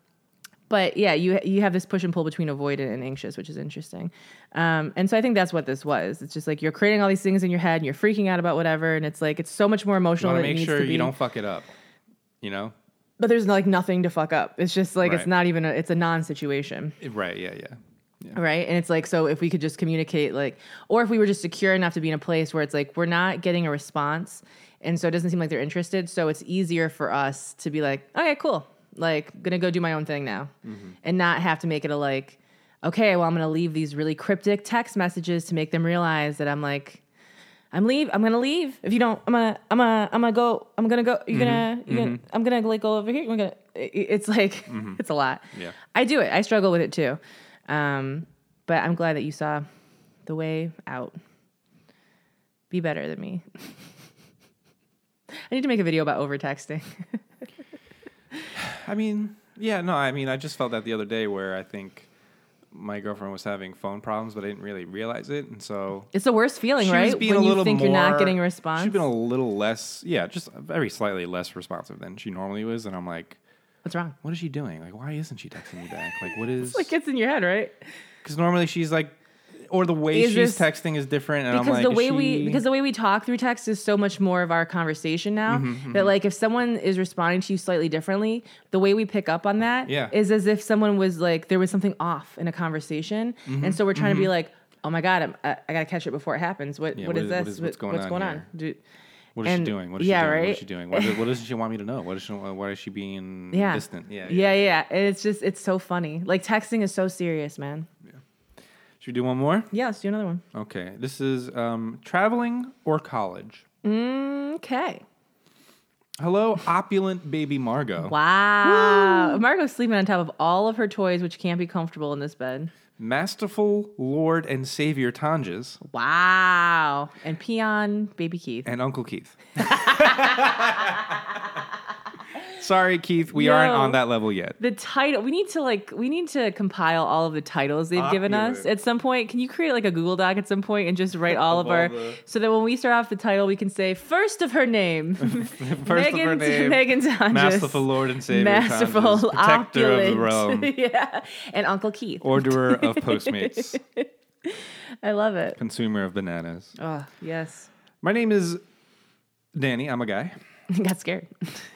[SPEAKER 1] But yeah, you you have this push and pull between avoidant and anxious, which is interesting. Um, and so I think that's what this was. It's just like you're creating all these things in your head and you're freaking out about whatever, and it's like it's so much more
[SPEAKER 2] You
[SPEAKER 1] emotional than
[SPEAKER 2] want to
[SPEAKER 1] it
[SPEAKER 2] make
[SPEAKER 1] needs
[SPEAKER 2] sure
[SPEAKER 1] to be.
[SPEAKER 2] you don't fuck it up. You know.
[SPEAKER 1] but there's like nothing to fuck up. It's just like it's
[SPEAKER 2] Right.
[SPEAKER 1] not even a, it's a non-situation,
[SPEAKER 2] Right. Yeah. Yeah. Yeah.
[SPEAKER 1] right? And it's like so if we could just communicate like or if we were just secure enough to be in a place where it's like we're not getting a response and so it doesn't seem like they're interested, so it's easier for us to be like, "Okay, cool. Like going to go do my own thing now."
[SPEAKER 2] Mm-hmm.
[SPEAKER 1] And not have to make it a like, "Okay, well I'm going to leave these really cryptic text messages to make them realize that I'm like I'm leave. I'm gonna leave. If you don't, I'm gonna, I'm gonna, I'm gonna go. I'm gonna go. You're
[SPEAKER 2] Mm-hmm.
[SPEAKER 1] gonna, you're gonna. I'm gonna like go over here. We're gonna. i- i- It's like, it's a lot.
[SPEAKER 2] Mm-hmm. Yeah.
[SPEAKER 1] I do it. I struggle with it too. Um, but I'm glad that you saw the way out. Be better than me. I need to make a video about overtexting.
[SPEAKER 2] I mean, yeah, no, I mean, I just felt that the other day where I think my girlfriend was having phone problems, but I didn't really realize it, and so
[SPEAKER 1] It's the worst feeling,
[SPEAKER 2] she
[SPEAKER 1] right?
[SPEAKER 2] was being
[SPEAKER 1] when
[SPEAKER 2] a little
[SPEAKER 1] you think
[SPEAKER 2] more,
[SPEAKER 1] you're not getting a response.
[SPEAKER 2] She's been a little less, yeah, just very slightly less responsive than she normally was, and I'm like,
[SPEAKER 1] What's wrong?
[SPEAKER 2] what is she doing? Like, why isn't she texting me back? Like, what is?
[SPEAKER 1] It's like it's in your head, right?
[SPEAKER 2] Because normally she's like, or the way
[SPEAKER 1] Is
[SPEAKER 2] she's
[SPEAKER 1] this-
[SPEAKER 2] texting is different, and
[SPEAKER 1] because
[SPEAKER 2] I'm like,
[SPEAKER 1] the
[SPEAKER 2] is
[SPEAKER 1] way we
[SPEAKER 2] she-
[SPEAKER 1] because the way we talk through text is so much more of our conversation now
[SPEAKER 2] Mm-hmm,
[SPEAKER 1] that like if someone is responding to you slightly differently the way we pick up on that is
[SPEAKER 2] Yeah.
[SPEAKER 1] as if someone was like there was something off in a conversation
[SPEAKER 2] Mm-hmm,
[SPEAKER 1] and so we're trying to be like oh my god I'm, I, I gotta catch it before it happens what
[SPEAKER 2] Yeah,
[SPEAKER 1] what
[SPEAKER 2] what
[SPEAKER 1] is
[SPEAKER 2] is-
[SPEAKER 1] this
[SPEAKER 2] what is- what's going on here?
[SPEAKER 1] Do-
[SPEAKER 2] what is she
[SPEAKER 1] and-
[SPEAKER 2] doing? What is
[SPEAKER 1] yeah,
[SPEAKER 2] she doing? What
[SPEAKER 1] right?
[SPEAKER 2] is she doing? What, is, what does she want me to know? What is she? Why is she being
[SPEAKER 1] yeah
[SPEAKER 2] distant? Yeah,
[SPEAKER 1] yeah yeah And it's just it's so funny like texting is so serious man
[SPEAKER 2] Should we do one more?
[SPEAKER 1] yeah let's do another one
[SPEAKER 2] Okay, this is um, traveling or college.
[SPEAKER 1] okay
[SPEAKER 2] Hello, opulent baby Margot.
[SPEAKER 1] wow Margot's sleeping on top of all of her toys which can't be comfortable in this bed
[SPEAKER 2] Masterful Lord and Savior Tanges
[SPEAKER 1] Wow. And peon, baby Keith.
[SPEAKER 2] and Uncle Keith. Sorry, Keith, we aren't
[SPEAKER 1] Yo.
[SPEAKER 2] on that level yet.
[SPEAKER 1] The title we need to like we need to compile all of the titles they've given us
[SPEAKER 2] Popular.
[SPEAKER 1] at some point. Can you create like a Google Doc at some point and just write all of,
[SPEAKER 2] Of all
[SPEAKER 1] our
[SPEAKER 2] the-
[SPEAKER 1] so that when we start off the title we can say first of her name.
[SPEAKER 2] First of her name,
[SPEAKER 1] Megan Tonjes.
[SPEAKER 2] Masterful Lord and Savior
[SPEAKER 1] Masterful
[SPEAKER 2] Tanges, protector of
[SPEAKER 1] opulent.
[SPEAKER 2] the realm,
[SPEAKER 1] yeah. And Uncle Keith.
[SPEAKER 2] orderer of Postmates,
[SPEAKER 1] I love it.
[SPEAKER 2] consumer of bananas.
[SPEAKER 1] Oh, yes.
[SPEAKER 2] My name is Danny. I'm a guy.
[SPEAKER 1] Got scared.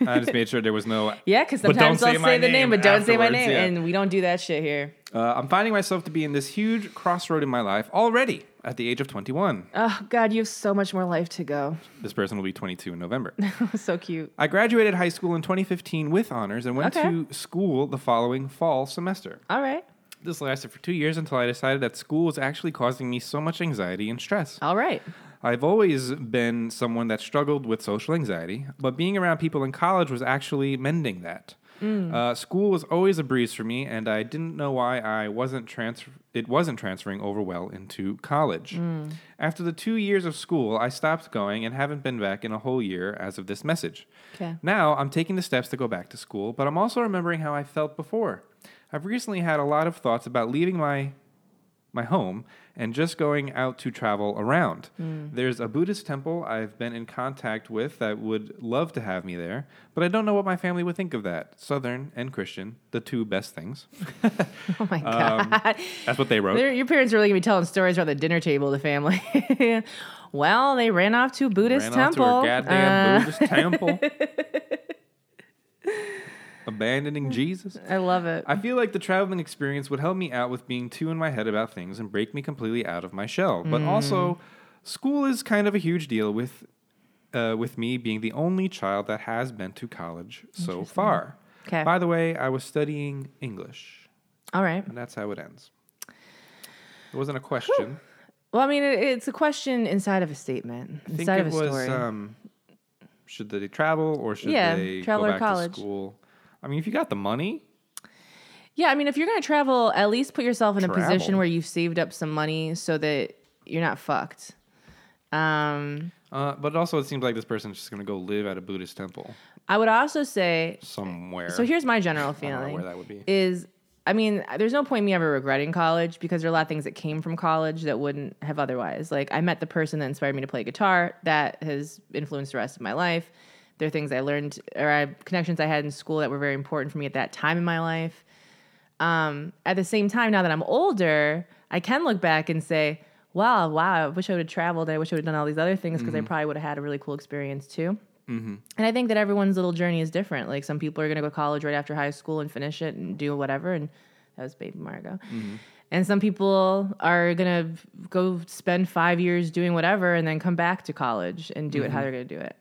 [SPEAKER 2] I just made sure there was no uh,
[SPEAKER 1] Yeah, because
[SPEAKER 2] But don't
[SPEAKER 1] sometimes I'll
[SPEAKER 2] say
[SPEAKER 1] say,
[SPEAKER 2] my
[SPEAKER 1] the name,
[SPEAKER 2] name
[SPEAKER 1] but don't say my
[SPEAKER 2] afterwards,
[SPEAKER 1] name.
[SPEAKER 2] yeah.
[SPEAKER 1] And we don't do that shit here.
[SPEAKER 2] Uh, I'm finding myself to be in this huge crossroad in my life already at the age of 21.
[SPEAKER 1] Oh God, you have so much more life to go.
[SPEAKER 2] This person will be 22 in November.
[SPEAKER 1] so cute.
[SPEAKER 2] I graduated high school in 2015 with honors and went
[SPEAKER 1] Okay.
[SPEAKER 2] to school the following fall semester.
[SPEAKER 1] All right.
[SPEAKER 2] This lasted for two years until I decided that school was actually causing me so much anxiety and stress.
[SPEAKER 1] All right.
[SPEAKER 2] I've always been someone that struggled with social anxiety, but being around people in college was actually mending that. Uh, school was always a breeze for me, and I didn't know why I wasn't transfer- it wasn't transferring over well into college. After the two years of school, I stopped going and haven't been back in a whole year as of this message.
[SPEAKER 1] Okay.
[SPEAKER 2] Now I'm taking the steps to go back to school, but I'm also remembering how I felt before. I've recently had a lot of thoughts about leaving my my home and just going out to travel around.
[SPEAKER 1] Mm.
[SPEAKER 2] There's a Buddhist temple I've been in contact with that would love to have me there, but I don't know what my family would think of that. Southern and Christian, the two best things.
[SPEAKER 1] Oh my
[SPEAKER 2] Um,
[SPEAKER 1] God.
[SPEAKER 2] That's what they wrote.
[SPEAKER 1] They're- Your parents are really gonna be telling stories around the dinner table, of the family. well, they ran off to a Buddhist
[SPEAKER 2] Ran
[SPEAKER 1] temple.
[SPEAKER 2] off to a goddamn
[SPEAKER 1] Uh,
[SPEAKER 2] Buddhist temple. Abandoning Jesus.
[SPEAKER 1] I love it.
[SPEAKER 2] I feel like the traveling
[SPEAKER 1] Mm.
[SPEAKER 2] experience would help me out with being too in my head about things and break me completely out of my shell, but also School is kind of a huge deal with uh, with me being the only child that has been to college so far.
[SPEAKER 1] 'Kay.
[SPEAKER 2] By the way, I was studying English,
[SPEAKER 1] All right.
[SPEAKER 2] and that's how it ends. It wasn't a question.
[SPEAKER 1] Well, I mean, it, it's a question inside of a statement,
[SPEAKER 2] I think
[SPEAKER 1] inside
[SPEAKER 2] it
[SPEAKER 1] of a
[SPEAKER 2] was
[SPEAKER 1] story.
[SPEAKER 2] um, should they travel or should
[SPEAKER 1] Yeah,
[SPEAKER 2] they
[SPEAKER 1] travel
[SPEAKER 2] go
[SPEAKER 1] or
[SPEAKER 2] back
[SPEAKER 1] college.
[SPEAKER 2] to school? I mean, if you got the money,
[SPEAKER 1] yeah, I mean, if you're going to travel, at least put yourself in a
[SPEAKER 2] Travel.
[SPEAKER 1] position where you've saved up some money so that you're not fucked. Um,
[SPEAKER 2] uh, but also it seems like this person's just going to go live at a Buddhist temple
[SPEAKER 1] I would also say
[SPEAKER 2] somewhere.
[SPEAKER 1] so here's my general
[SPEAKER 2] I
[SPEAKER 1] feeling.
[SPEAKER 2] don't know where that would be.
[SPEAKER 1] is I mean, there's no point in me ever regretting college because there are a lot of things that came from college that wouldn't have otherwise. Like I met the person that inspired me to play guitar that has influenced the rest of my life. There are things I learned or I, connections I had in school that were very important for me at that time in my life. Um, at the same time, now that I'm older, I can look back and say, "Wow, wow! I wish I would have traveled. I wish I would have done all these other things because
[SPEAKER 2] Mm-hmm.
[SPEAKER 1] I probably would have had a really cool experience too." And I think that everyone's little journey is different. Like some people are going to go to college right after high school and finish it and do whatever. And that was Baby Margot.
[SPEAKER 2] Mm-hmm.
[SPEAKER 1] And some people are going to go spend five years doing whatever and then come back to college and do it
[SPEAKER 2] Mm-hmm.
[SPEAKER 1] how they're going to do it.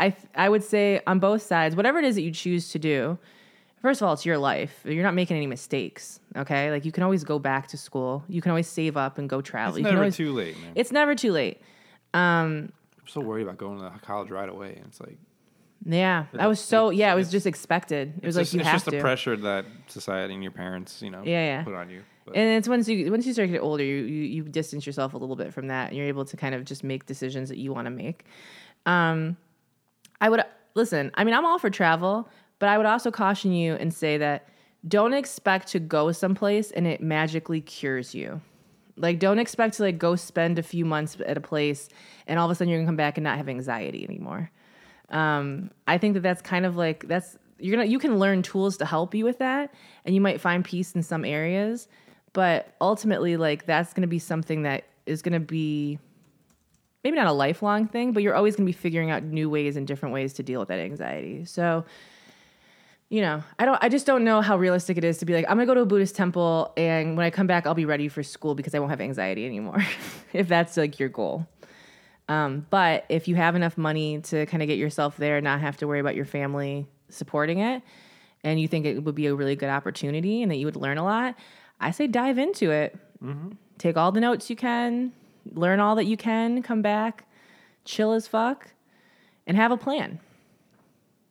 [SPEAKER 1] I, th- I would say on both sides, whatever it is that you choose to do, first of all, it's your life. You're not making any mistakes. Okay. Like you can always go back to school. You can always save up and go travel.
[SPEAKER 2] It's
[SPEAKER 1] you
[SPEAKER 2] never
[SPEAKER 1] can always,
[SPEAKER 2] too late. Man.
[SPEAKER 1] it's never too late.
[SPEAKER 2] I'm so worried about going to college right away. And it's like
[SPEAKER 1] Yeah. I was so, yeah, it was just expected. It was
[SPEAKER 2] it's
[SPEAKER 1] like
[SPEAKER 2] just,
[SPEAKER 1] you
[SPEAKER 2] it's
[SPEAKER 1] have
[SPEAKER 2] just
[SPEAKER 1] to.
[SPEAKER 2] the pressure that society and your parents, you know,
[SPEAKER 1] Yeah, yeah.
[SPEAKER 2] put on you. But
[SPEAKER 1] and it's once you once you start to get older, you, you you distance yourself a little bit from that, and you're able to kind of just make decisions that you want to make. Um, I would listen. I mean, I'm all for travel, but I would also caution you and say that don't expect to go someplace and it magically cures you. Like, don't expect to like go spend a few months at a place and all of a sudden you're gonna come back and not have anxiety anymore. Um, I think that that's kind of like that's you're gonna you can learn tools to help you with that, and you might find peace in some areas, but ultimately, like that's gonna be something that is gonna be maybe not a lifelong thing, but you're always going to be figuring out new ways and different ways to deal with that anxiety. So, you know, I don't, I just don't know how realistic it is to be like, I'm gonna go to a Buddhist temple and when I come back, I'll be ready for school because I won't have anxiety anymore. if that's like your goal. Um, but if you have enough money to kind of get yourself there and not have to worry about your family supporting it, and you think it would be a really good opportunity and that you would learn a lot, I say dive into it. Take all the notes you can, learn all that you can, come back, chill as fuck, and have a plan.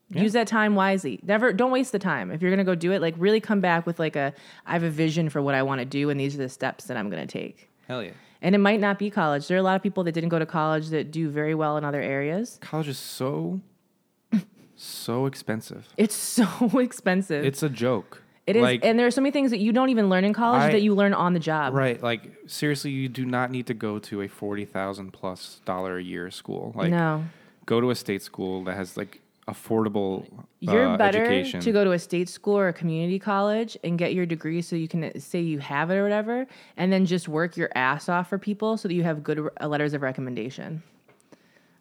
[SPEAKER 1] Use that time wisely. Never don't waste the time. If you're gonna go do it, like really come back with like a I have a vision for what I want to do and these are the steps that I'm gonna take.
[SPEAKER 2] hell yeah,
[SPEAKER 1] And it might not be college. There are a lot of people that didn't go to college that do very well in other areas.
[SPEAKER 2] college is so so expensive.
[SPEAKER 1] It's so expensive. It's,
[SPEAKER 2] It's a joke. Like,
[SPEAKER 1] and there are so many things that you don't even learn in college
[SPEAKER 2] I-
[SPEAKER 1] that you learn on the job.
[SPEAKER 2] right, like seriously, you do not need to go to a forty thousand plus dollar a year school. Like,
[SPEAKER 1] no.
[SPEAKER 2] go to a state school that has like affordable.
[SPEAKER 1] You're
[SPEAKER 2] uh,
[SPEAKER 1] better
[SPEAKER 2] education.
[SPEAKER 1] to go to a state school or a community college and get your degree so you can uh, say you have it or whatever, and then just work your ass off for people so that you have good uh, letters of recommendation.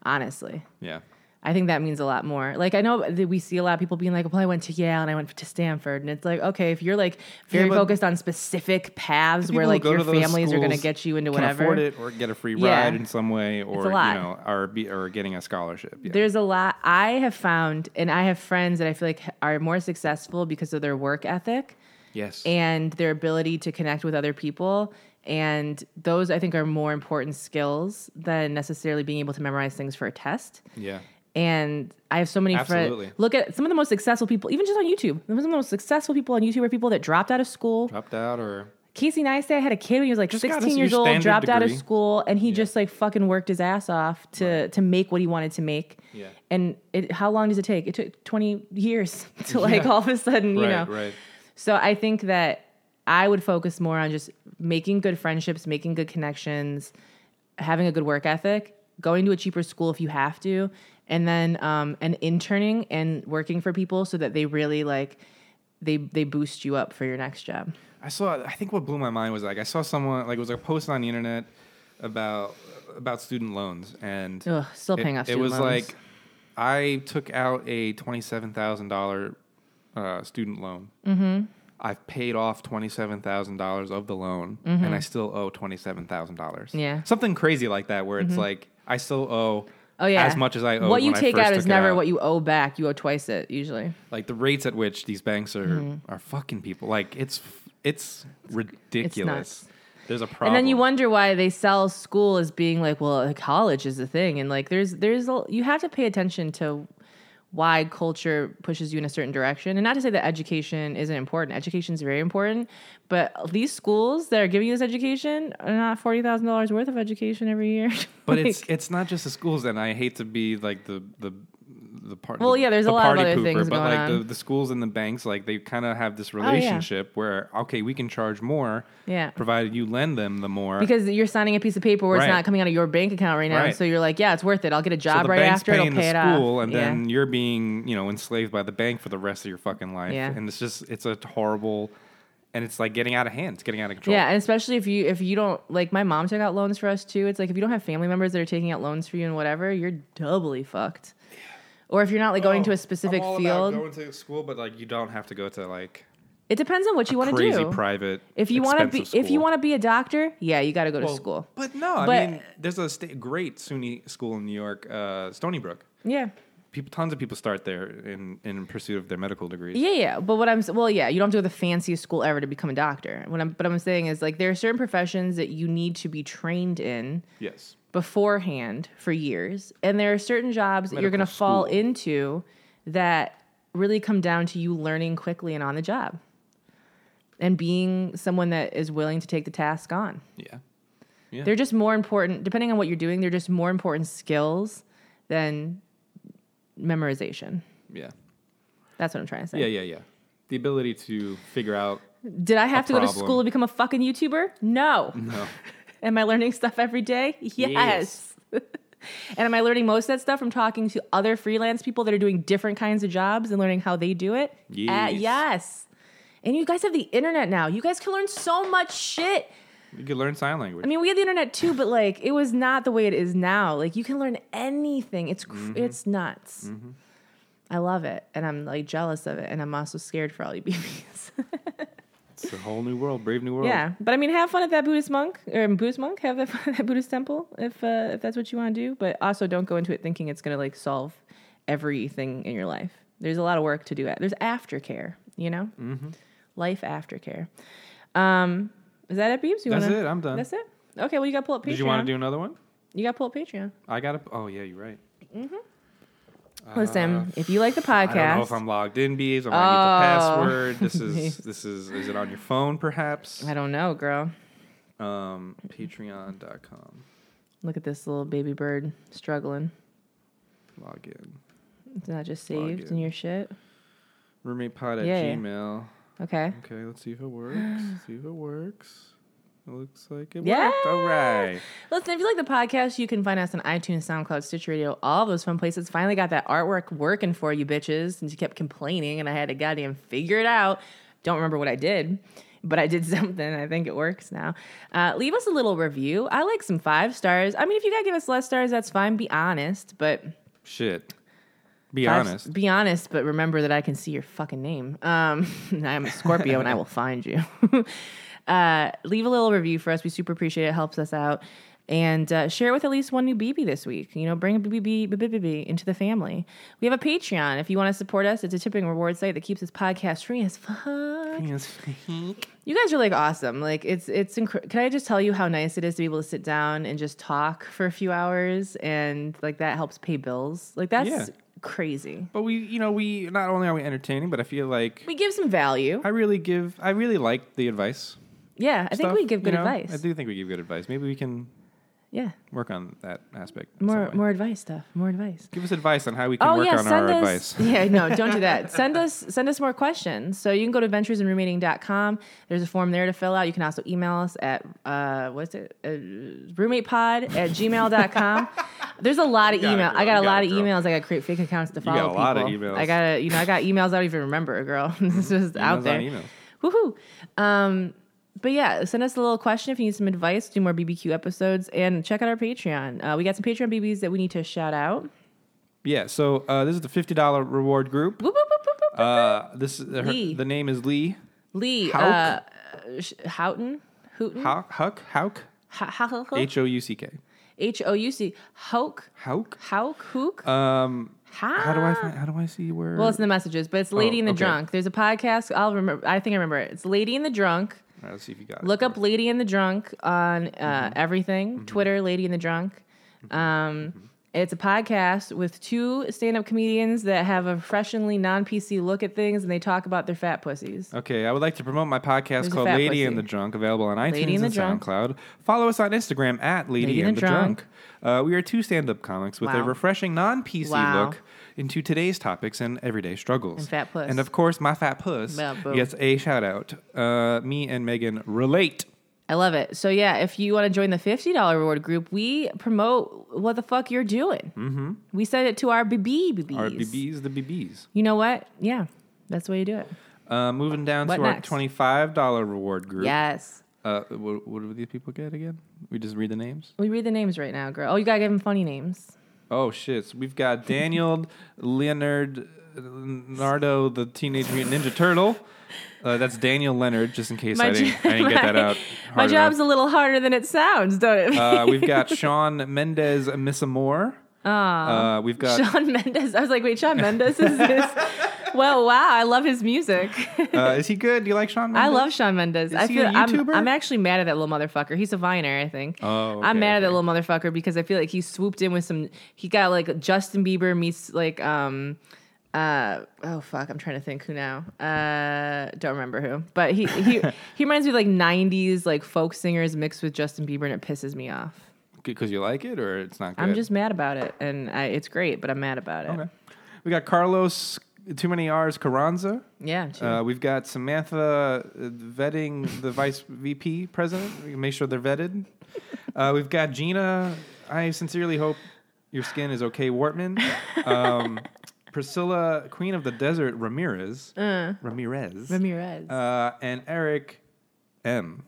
[SPEAKER 1] Honestly,
[SPEAKER 2] Yeah,
[SPEAKER 1] I think that means a lot more. Like, I know that we see a lot of people being like, well, I went to Yale and I went to Stanford. And it's like, okay, if you're like very
[SPEAKER 2] but
[SPEAKER 1] focused on specific paths where
[SPEAKER 2] People who
[SPEAKER 1] like
[SPEAKER 2] go
[SPEAKER 1] your
[SPEAKER 2] to those
[SPEAKER 1] families are going to
[SPEAKER 2] schools
[SPEAKER 1] get you into
[SPEAKER 2] can
[SPEAKER 1] whatever.
[SPEAKER 2] afford it or get a free
[SPEAKER 1] Yeah.
[SPEAKER 2] ride in some way, or you
[SPEAKER 1] lot.
[SPEAKER 2] know, or be or getting a scholarship. Yeah.
[SPEAKER 1] There's a lot I have found, and I have friends that I feel like are more successful because of their work ethic.
[SPEAKER 2] yes,
[SPEAKER 1] and their ability to connect with other people. And those I think are more important skills than necessarily being able to memorize things for a test.
[SPEAKER 2] yeah.
[SPEAKER 1] And I have so many
[SPEAKER 2] Absolutely.
[SPEAKER 1] friends. Look at some of the most successful people, even just on YouTube. Some of the most successful people on YouTube are people that dropped out of school.
[SPEAKER 2] Dropped out or
[SPEAKER 1] Casey Neistat had a kid when he was like
[SPEAKER 2] Just got
[SPEAKER 1] 16
[SPEAKER 2] his-
[SPEAKER 1] years
[SPEAKER 2] your
[SPEAKER 1] old,
[SPEAKER 2] standard
[SPEAKER 1] dropped out of
[SPEAKER 2] degree.
[SPEAKER 1] school, and he just like fucking worked his ass off to to make what he wanted to make.
[SPEAKER 2] Yeah.
[SPEAKER 1] And it, how long does it take? It took 20 years to like all of a sudden, you know.
[SPEAKER 2] right, right.
[SPEAKER 1] So I think that I would focus more on just making good friendships, making good connections, having a good work ethic, going to a cheaper school if you have to, and then um, and interning and working for people so that they really like they they boost you up for your next job.
[SPEAKER 2] I saw. I think what blew my mind was like I saw someone like it was a post on the internet about about student loans and
[SPEAKER 1] Ugh, still
[SPEAKER 2] it,
[SPEAKER 1] paying off.
[SPEAKER 2] it
[SPEAKER 1] student
[SPEAKER 2] was
[SPEAKER 1] loans.
[SPEAKER 2] like
[SPEAKER 1] Mm-hmm.
[SPEAKER 2] I took out a twenty seven thousand uh, student loan. I've paid off twenty seven thousand dollars of the loan, and I still owe twenty seven thousand dollars.
[SPEAKER 1] Mm-hmm. Yeah. Mm-hmm.
[SPEAKER 2] something crazy like that, where it's like I still owe.
[SPEAKER 1] Oh yeah,
[SPEAKER 2] as much as I owe.
[SPEAKER 1] What you
[SPEAKER 2] when I
[SPEAKER 1] take
[SPEAKER 2] first
[SPEAKER 1] out
[SPEAKER 2] took
[SPEAKER 1] is
[SPEAKER 2] it
[SPEAKER 1] never
[SPEAKER 2] out.
[SPEAKER 1] what you owe back. You owe twice it usually.
[SPEAKER 2] like the rates at which these banks are
[SPEAKER 1] Mm-hmm.
[SPEAKER 2] are fucking people. Like it's it's ridiculous.
[SPEAKER 1] nuts.
[SPEAKER 2] There's a
[SPEAKER 1] And
[SPEAKER 2] problem.
[SPEAKER 1] then you wonder why they sell school as being like, well, college is the thing, and like there's there's a, you have to pay attention to why culture pushes you in a certain direction, and not to say that education isn't important. Education is very important, but these schools that are giving you this education are not forty thousand dollars worth of education every year.
[SPEAKER 2] but
[SPEAKER 1] Like-
[SPEAKER 2] it's it's not just the schools. And I hate to be like the the the part.
[SPEAKER 1] Well,
[SPEAKER 2] the-
[SPEAKER 1] yeah, there's a
[SPEAKER 2] the
[SPEAKER 1] lot of
[SPEAKER 2] party
[SPEAKER 1] other
[SPEAKER 2] pooper,
[SPEAKER 1] things
[SPEAKER 2] but
[SPEAKER 1] going
[SPEAKER 2] like the
[SPEAKER 1] on. Oh,
[SPEAKER 2] the schools and the banks, like they kind of have this
[SPEAKER 1] yeah.
[SPEAKER 2] relationship where okay, we can charge more,
[SPEAKER 1] Yeah.
[SPEAKER 2] provided you lend them the more.
[SPEAKER 1] because you're signing a piece of paper where
[SPEAKER 2] Right.
[SPEAKER 1] it's not coming out of your bank account right now,
[SPEAKER 2] Right.
[SPEAKER 1] so you're like, yeah, it's worth it. I'll get a
[SPEAKER 2] so
[SPEAKER 1] job
[SPEAKER 2] the
[SPEAKER 1] right
[SPEAKER 2] bank's
[SPEAKER 1] after. It'll
[SPEAKER 2] paying
[SPEAKER 1] pay it
[SPEAKER 2] the school,
[SPEAKER 1] off.
[SPEAKER 2] and
[SPEAKER 1] Yeah.
[SPEAKER 2] then you're being, you know, enslaved by the bank for the rest of your fucking life.
[SPEAKER 1] Yeah.
[SPEAKER 2] And it's just, it's a horrible, and it's like getting out of hand. It's getting out of control.
[SPEAKER 1] Yeah, and especially if you if you don't like my mom took out loans for us too. It's like if you don't have family members that are taking out loans for you and whatever, you're doubly fucked. Or if you're not like going to a specific
[SPEAKER 2] Oh, I'm all
[SPEAKER 1] field,
[SPEAKER 2] About going to school, but like you don't have to go to like
[SPEAKER 1] it depends on what you want to
[SPEAKER 2] crazy
[SPEAKER 1] do.
[SPEAKER 2] private.
[SPEAKER 1] if you want to be if
[SPEAKER 2] expensive
[SPEAKER 1] you
[SPEAKER 2] school.
[SPEAKER 1] want to be a doctor, yeah, you got to go to
[SPEAKER 2] Well,
[SPEAKER 1] school.
[SPEAKER 2] But no, I
[SPEAKER 1] But-
[SPEAKER 2] mean, there's a sta- great SUNY school in New York, uh, Stony Brook.
[SPEAKER 1] Yeah.
[SPEAKER 2] People, tons of people start there in in pursuit of their medical degrees.
[SPEAKER 1] Yeah, yeah. But what I'm s- well, yeah, you don't have to go to the fanciest school ever to become a doctor. What I'm but I'm saying is like there are certain professions that you need to be trained in.
[SPEAKER 2] Yes.
[SPEAKER 1] beforehand for years. And there are certain jobs that you're going to
[SPEAKER 2] Medical
[SPEAKER 1] fall
[SPEAKER 2] school.
[SPEAKER 1] into that really come down to you learning quickly and on the job and being someone that is willing to take the task on.
[SPEAKER 2] Yeah. Yeah.
[SPEAKER 1] They're just more important, depending on what you're doing, they're just more important skills than memorization.
[SPEAKER 2] Yeah.
[SPEAKER 1] That's what I'm trying to say.
[SPEAKER 2] Yeah. Yeah. Yeah. The ability to figure out.
[SPEAKER 1] Did I have to go to
[SPEAKER 2] problem.
[SPEAKER 1] school to become a fucking YouTuber? No.
[SPEAKER 2] No.
[SPEAKER 1] Am I learning stuff every day? Yes. and am I learning most of that stuff from talking to other freelance people that are doing different kinds of jobs and learning how they do it? Uh,
[SPEAKER 2] Yes.
[SPEAKER 1] yes. And you guys have the internet now. You guys can learn so much shit.
[SPEAKER 2] You could learn sign language.
[SPEAKER 1] I mean, we had the internet too, but like it was not the way it is now. Like you can learn anything. It's cr-
[SPEAKER 2] Mm-hmm.
[SPEAKER 1] it's nuts. I love it, and I'm like jealous of it, and I'm also scared for all you BBs.
[SPEAKER 2] it's a whole new world, brave new world.
[SPEAKER 1] Yeah, but I mean, have fun at that Buddhist monk or Buddhist monk. Have that fun at that Buddhist temple if uh, if that's what you want to do. But also, don't go into it thinking it's going to like solve everything in your life. There's a lot of work to do. There's aftercare, you know,
[SPEAKER 2] Mm-hmm.
[SPEAKER 1] life aftercare. Um, is that it, Beebs? You
[SPEAKER 2] That's
[SPEAKER 1] wanna,
[SPEAKER 2] it. I'm done.
[SPEAKER 1] That's it. Okay, well, you got to pull up Patreon.
[SPEAKER 2] Did you want to do another one?
[SPEAKER 1] You got to pull up Patreon.
[SPEAKER 2] I got to. Oh yeah, you're right.
[SPEAKER 1] Mm-hmm. Listen, if you like the
[SPEAKER 2] Uh, I don't know
[SPEAKER 1] podcast,
[SPEAKER 2] if I'm logged in, bees. I might
[SPEAKER 1] Oh.
[SPEAKER 2] need the password. This is this is is it on your phone perhaps?
[SPEAKER 1] I don't know, girl.
[SPEAKER 2] Um, Patreon.com.
[SPEAKER 1] Look at this little baby bird struggling.
[SPEAKER 2] Log in.
[SPEAKER 1] It's not just
[SPEAKER 2] Log
[SPEAKER 1] saved
[SPEAKER 2] in.
[SPEAKER 1] in your shit.
[SPEAKER 2] Roommatepod at
[SPEAKER 1] Yeah, yeah.
[SPEAKER 2] Gmail.
[SPEAKER 1] Okay.
[SPEAKER 2] Okay, let's see if it works. see if it works. It looks like it
[SPEAKER 1] Yeah.
[SPEAKER 2] worked. All right.
[SPEAKER 1] Listen, if you like the podcast, you can find us on iTunes, SoundCloud, Stitcher Radio, all those fun places. Finally got that artwork working for you bitches since you kept complaining and I had to goddamn figure it out. Don't remember what I did, but I did something. I think it works now. Uh, leave us a little review. I like some five stars. I mean, if you gotta give us less stars, that's fine. Be honest, but
[SPEAKER 2] Shit. Be
[SPEAKER 1] five-
[SPEAKER 2] honest.
[SPEAKER 1] Be honest, but remember that I can see your fucking name. Um, I'm a Scorpio and I will find you. uh, leave a little review for us. We super appreciate it. It helps us out. And uh, share with at least one new BB this week. You know, bring a BB, BB into the family. We have a Patreon. If you want to support us, it's a tipping reward site that keeps this podcast free as fuck.
[SPEAKER 2] Yes.
[SPEAKER 1] You guys are like awesome. Like it's it's incre- can I just tell you how nice it is to be able to sit down and just talk for a few hours and like that helps pay bills. Like that's
[SPEAKER 2] Yeah.
[SPEAKER 1] crazy.
[SPEAKER 2] but we, you know, we not only are we entertaining, but I feel like
[SPEAKER 1] We give some value.
[SPEAKER 2] I really give. I really like the advice.
[SPEAKER 1] Yeah, I think
[SPEAKER 2] stuff,
[SPEAKER 1] we give good
[SPEAKER 2] you know?
[SPEAKER 1] advice.
[SPEAKER 2] I do think we give good advice. Maybe we can
[SPEAKER 1] Yeah,
[SPEAKER 2] work on that aspect. in some
[SPEAKER 1] more
[SPEAKER 2] way.
[SPEAKER 1] more advice stuff. More advice. Oh,
[SPEAKER 2] Give us advice on how we can work on our advice.
[SPEAKER 1] Yeah, no, don't do that. Send us send us more questions. So you can go to venturesinroommating.com. There's a form there to fill out. You can also email us at uh, what's it? Uh, roommatepod at gmail.com. There's a lot of
[SPEAKER 2] got it,
[SPEAKER 1] email. I got
[SPEAKER 2] girl.
[SPEAKER 1] a
[SPEAKER 2] You got
[SPEAKER 1] lot
[SPEAKER 2] it,
[SPEAKER 1] of
[SPEAKER 2] girl.
[SPEAKER 1] emails. I got to create fake accounts to follow
[SPEAKER 2] got a lot of
[SPEAKER 1] people.
[SPEAKER 2] emails.
[SPEAKER 1] I got to, you know, I got emails I don't even remember, girl. this is out
[SPEAKER 2] Emails
[SPEAKER 1] there.
[SPEAKER 2] on emails.
[SPEAKER 1] Woohoo. Um, but yeah, send us a little question if you need some advice, do more BBQ episodes, and check out our Patreon. Uh, we got some Patreon BBs that we need to shout out.
[SPEAKER 2] Yeah. So uh, this is the fifty dollar reward group.
[SPEAKER 1] Boop, boop, boop, boop, boop, boop.
[SPEAKER 2] Uh, this her,
[SPEAKER 1] Lee.
[SPEAKER 2] the name is Lee.
[SPEAKER 1] Lee
[SPEAKER 2] Hauk?
[SPEAKER 1] uh, Sh- Houghton, Houghton,
[SPEAKER 2] Huck, Huck, Hauk, H O U C K.
[SPEAKER 1] H O U C, Hauk,
[SPEAKER 2] Hauk.
[SPEAKER 1] Hauk, Hook.
[SPEAKER 2] Um,
[SPEAKER 1] Ha-
[SPEAKER 2] how do I find? How do I see where?
[SPEAKER 1] Uh, Well, it's in the messages, but it's Lady
[SPEAKER 2] Oh,
[SPEAKER 1] and the
[SPEAKER 2] okay.
[SPEAKER 1] Drunk. There's a podcast. I'll remember. I think I remember it. It's Lady and the Drunk.
[SPEAKER 2] All right, let's see if you got
[SPEAKER 1] Look
[SPEAKER 2] it.
[SPEAKER 1] up Lady and the Drunk on uh,
[SPEAKER 2] Mm-hmm.
[SPEAKER 1] everything Twitter, Lady and the Drunk. Um,
[SPEAKER 2] Mm-hmm.
[SPEAKER 1] It's a podcast with two stand up comedians that have a freshenly non PC look at things and they talk about their fat pussies.
[SPEAKER 2] Okay, I would like to promote my
[SPEAKER 1] There's a
[SPEAKER 2] podcast called
[SPEAKER 1] fat
[SPEAKER 2] Lady
[SPEAKER 1] pussy.
[SPEAKER 2] and the Drunk, available on iTunes
[SPEAKER 1] Lady and
[SPEAKER 2] and,
[SPEAKER 1] the Drunk.
[SPEAKER 2] SoundCloud. Follow us on Instagram at Lady, and, the Drunk. Uh, we are two stand-up comics with a
[SPEAKER 1] Wow.
[SPEAKER 2] refreshing non-PC
[SPEAKER 1] Wow.
[SPEAKER 2] look into today's topics and everyday struggles.
[SPEAKER 1] And fat puss.
[SPEAKER 2] And of course, my fat puss
[SPEAKER 1] Yeah, boom.
[SPEAKER 2] gets a shout out. Uh, me and Megan relate.
[SPEAKER 1] I love it. So, yeah, if you want to join the $50 reward group, we promote what the fuck you're doing. Mm-hmm. We send it to our BB BBs.
[SPEAKER 2] Our BBs, the BBs.
[SPEAKER 1] You know what? Yeah, that's the way you do it.
[SPEAKER 2] Uh, moving down
[SPEAKER 1] What
[SPEAKER 2] to
[SPEAKER 1] next?
[SPEAKER 2] our twenty-five dollar reward group.
[SPEAKER 1] Yes.
[SPEAKER 2] Uh, what, what do these people get again? We just read the names.
[SPEAKER 1] We read the names right now, girl. Oh, you got to give them funny names.
[SPEAKER 2] Oh shit! So we've got Daniel Leonard Leonardo, the Teenage Mutant Ninja Turtle. Uh, that's Daniel Leonard, just in case I
[SPEAKER 1] jo-
[SPEAKER 2] didn't, I didn't get that
[SPEAKER 1] my-
[SPEAKER 2] out.
[SPEAKER 1] My
[SPEAKER 2] hard
[SPEAKER 1] job's
[SPEAKER 2] enough.
[SPEAKER 1] a little harder than it sounds, don't it?
[SPEAKER 2] Uh, we've got Sean Mendez Missamore. Uh, we've got
[SPEAKER 1] Sean Mendes. I was like, wait, Sean Mendes is this? well, wow, I love his music.
[SPEAKER 2] uh, is he good? Do you like Sean?
[SPEAKER 1] I
[SPEAKER 2] Mendes?
[SPEAKER 1] love Sean Mendes. I
[SPEAKER 2] he
[SPEAKER 1] feel
[SPEAKER 2] a
[SPEAKER 1] I'm,
[SPEAKER 2] YouTuber?
[SPEAKER 1] I'm actually mad at that little motherfucker. He's a viner, I think.
[SPEAKER 2] Oh,
[SPEAKER 1] I'm
[SPEAKER 2] okay,
[SPEAKER 1] mad at that
[SPEAKER 2] okay.
[SPEAKER 1] little motherfucker because I feel like he swooped in with some. He got like Justin Bieber meets like um. Uh oh fuck! I'm trying to think who now. Uh, don't remember who, but he he he reminds me of like '90s like folk singers mixed with Justin Bieber, and it pisses me off.
[SPEAKER 2] because you like it, or it's not good.
[SPEAKER 1] I'm just mad about it, and I, it's great, but I'm mad about it.
[SPEAKER 2] Okay. We got Carlos. Too many R's. Carranza.
[SPEAKER 1] Yeah, too.
[SPEAKER 2] Uh, we've got Samantha uh, vetting the vice VP president. We can make sure they're vetted. Uh, we've got Gina. I sincerely hope your skin is okay, Wortman. Um, Priscilla, Queen of the Desert, Ramirez. Ramirez.
[SPEAKER 1] Ramirez.
[SPEAKER 2] Uh, and Eric M.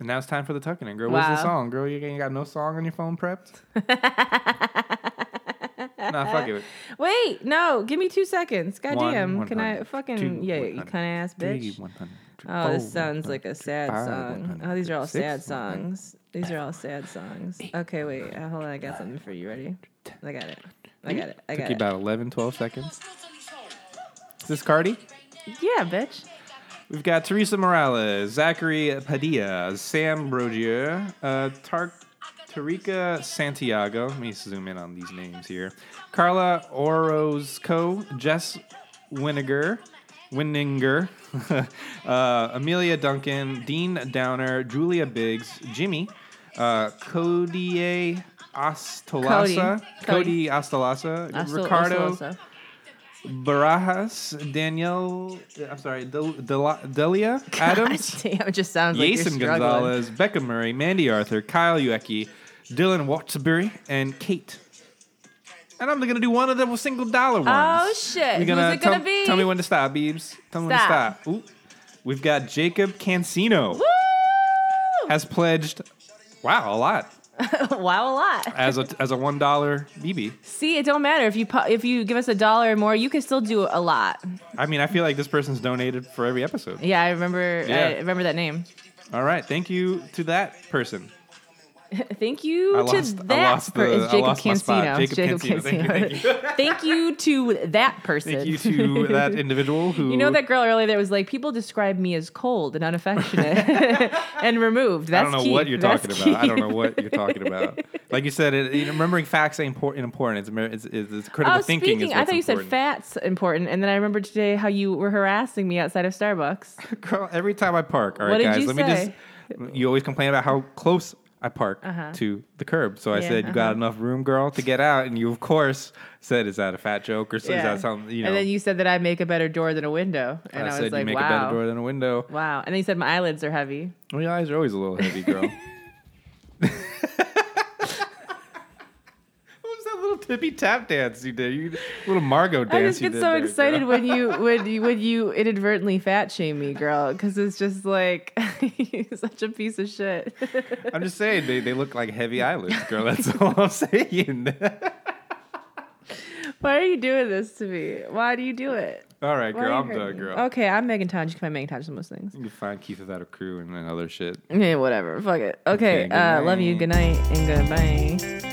[SPEAKER 2] And now it's time for the tucking in, girl. What's
[SPEAKER 1] Wow.
[SPEAKER 2] the song, girl? You ain't got no song on your phone prepped? nah, fuck it.
[SPEAKER 1] Wait, no, give me two seconds.
[SPEAKER 2] One,
[SPEAKER 1] Goddamn, can I
[SPEAKER 2] 100,
[SPEAKER 1] fucking
[SPEAKER 2] two,
[SPEAKER 1] yeah, you
[SPEAKER 2] 100,
[SPEAKER 1] kind of ass
[SPEAKER 2] Three,
[SPEAKER 1] bitch.
[SPEAKER 2] 100,
[SPEAKER 1] Oh,
[SPEAKER 2] four,
[SPEAKER 1] this sounds like a
[SPEAKER 2] 100,
[SPEAKER 1] sad
[SPEAKER 2] five,
[SPEAKER 1] song.
[SPEAKER 2] 100,
[SPEAKER 1] Oh, these are all
[SPEAKER 2] six,
[SPEAKER 1] sad
[SPEAKER 2] 100.
[SPEAKER 1] songs. These are all sad songs. Okay, wait, uh, hold on. I got something for you. Ready? I got it. I got it. I
[SPEAKER 2] Took
[SPEAKER 1] got
[SPEAKER 2] you
[SPEAKER 1] it.
[SPEAKER 2] about 11, 12 seconds. Is this Cardi?
[SPEAKER 1] Yeah, bitch.
[SPEAKER 2] We've got Teresa Morales, Zachary Padilla, Sam Brogier, uh, Tar- Tarika Santiago. Let me zoom in on these names here. Carla Orozco, Jess Winiger, Winninger, uh, Amelia Duncan, Dean Downer, Julia Biggs, Jimmy, uh, Cody Astolasa,
[SPEAKER 1] Cody.
[SPEAKER 2] Cody, Astolasa,
[SPEAKER 1] Astol-
[SPEAKER 2] Ricardo.
[SPEAKER 1] Ostolosa.
[SPEAKER 2] Barajas, Danielle, I'm sorry, Del, Del, Delia,
[SPEAKER 1] God
[SPEAKER 2] Adams,
[SPEAKER 1] damn, it just sounds like you're
[SPEAKER 2] Jason
[SPEAKER 1] struggling.
[SPEAKER 2] Gonzalez, Becca Murray, Mandy Arthur, Kyle Uecki, Dylan Watsbury, and Kate. And I'm going to do one of the single dollar ones.
[SPEAKER 1] Oh, shit.
[SPEAKER 2] You're gonna
[SPEAKER 1] Who's it gonna
[SPEAKER 2] tell-
[SPEAKER 1] be?
[SPEAKER 2] Tell me when to stop, Beebs. Tell me
[SPEAKER 1] Stop.
[SPEAKER 2] when to stop. Ooh. We've got Jacob Cancino
[SPEAKER 1] Woo!
[SPEAKER 2] has pledged, wow, a lot,
[SPEAKER 1] wow, a lot.
[SPEAKER 2] as a, as a $1 BB.
[SPEAKER 1] See, it don't matter if you pu- if you give us a dollar or more, you can still do a lot.
[SPEAKER 2] I mean, I feel like this person's donated for every episode.
[SPEAKER 1] Yeah, I remember.
[SPEAKER 2] Yeah.
[SPEAKER 1] I remember that name.
[SPEAKER 2] All right. Thank you to that person.
[SPEAKER 1] Thank you
[SPEAKER 2] I
[SPEAKER 1] to
[SPEAKER 2] lost- I
[SPEAKER 1] that
[SPEAKER 2] lost the-
[SPEAKER 1] person.
[SPEAKER 2] I
[SPEAKER 1] Jacob
[SPEAKER 2] lost my spot.
[SPEAKER 1] Cancino.
[SPEAKER 2] Jacob Cancino. Thank you, thank
[SPEAKER 1] Thank you to that person.
[SPEAKER 2] Thank you to that individual who
[SPEAKER 1] You know that girl earlier that was like, people describe me as cold and unaffectionate and removed.
[SPEAKER 2] I
[SPEAKER 1] That's
[SPEAKER 2] don't know
[SPEAKER 1] Keith.
[SPEAKER 2] what you're
[SPEAKER 1] That's
[SPEAKER 2] talking about. I
[SPEAKER 1] Keith.
[SPEAKER 2] don't know what you're talking about. Like you said, it, you know, remembering facts ain't impor- important. It's, mer- it's, it's, it's critical
[SPEAKER 1] Oh,
[SPEAKER 2] thinking.
[SPEAKER 1] speaking,
[SPEAKER 2] is
[SPEAKER 1] I
[SPEAKER 2] what's
[SPEAKER 1] thought you said
[SPEAKER 2] important.
[SPEAKER 1] fat's important, and then I remembered today how you were harassing me outside of Starbucks.
[SPEAKER 2] Girl, every time I park, all right,
[SPEAKER 1] What did
[SPEAKER 2] guys,
[SPEAKER 1] you
[SPEAKER 2] let
[SPEAKER 1] say?
[SPEAKER 2] me just. You always complain about how close I park
[SPEAKER 1] Uh-huh.
[SPEAKER 2] to the curb. So I
[SPEAKER 1] Yeah,
[SPEAKER 2] said, "You got
[SPEAKER 1] uh-huh.
[SPEAKER 2] enough room, girl, to get out." And you, of course, said, "Is that a fat joke or so, is that something?" You know,
[SPEAKER 1] And then you said that I make a better door than a window, and I,
[SPEAKER 2] I,
[SPEAKER 1] was
[SPEAKER 2] said,
[SPEAKER 1] like,
[SPEAKER 2] "You make
[SPEAKER 1] wow,
[SPEAKER 2] a better door than a window."
[SPEAKER 1] wow. And then you said my eyelids are heavy.
[SPEAKER 2] Well, your eyes are always a little heavy, girl. what was that little tippy tap dance you did? You little Margot dance.
[SPEAKER 1] I just
[SPEAKER 2] you
[SPEAKER 1] get
[SPEAKER 2] did
[SPEAKER 1] so
[SPEAKER 2] there,
[SPEAKER 1] excited
[SPEAKER 2] girl.
[SPEAKER 1] when you when you when you inadvertently fat shame me, girl, because it's just like you're such a piece of shit.
[SPEAKER 2] I'm just saying they, they look like heavy eyelids, girl. That's all I'm saying.
[SPEAKER 1] Why are you doing this to me? Why do you do it?
[SPEAKER 2] All right,
[SPEAKER 1] Why
[SPEAKER 2] girl.
[SPEAKER 1] are
[SPEAKER 2] I'm
[SPEAKER 1] you hurting
[SPEAKER 2] done,
[SPEAKER 1] me?
[SPEAKER 2] girl.
[SPEAKER 1] Okay, I'm Megan Todd. You can find Megan Todd on most things.
[SPEAKER 2] You can find Keith without a crew and, and other shit.
[SPEAKER 1] Yeah, whatever. Fuck it.
[SPEAKER 2] Okay,
[SPEAKER 1] Okay,
[SPEAKER 2] good
[SPEAKER 1] uh, love you.
[SPEAKER 2] night.
[SPEAKER 1] Good night and goodbye.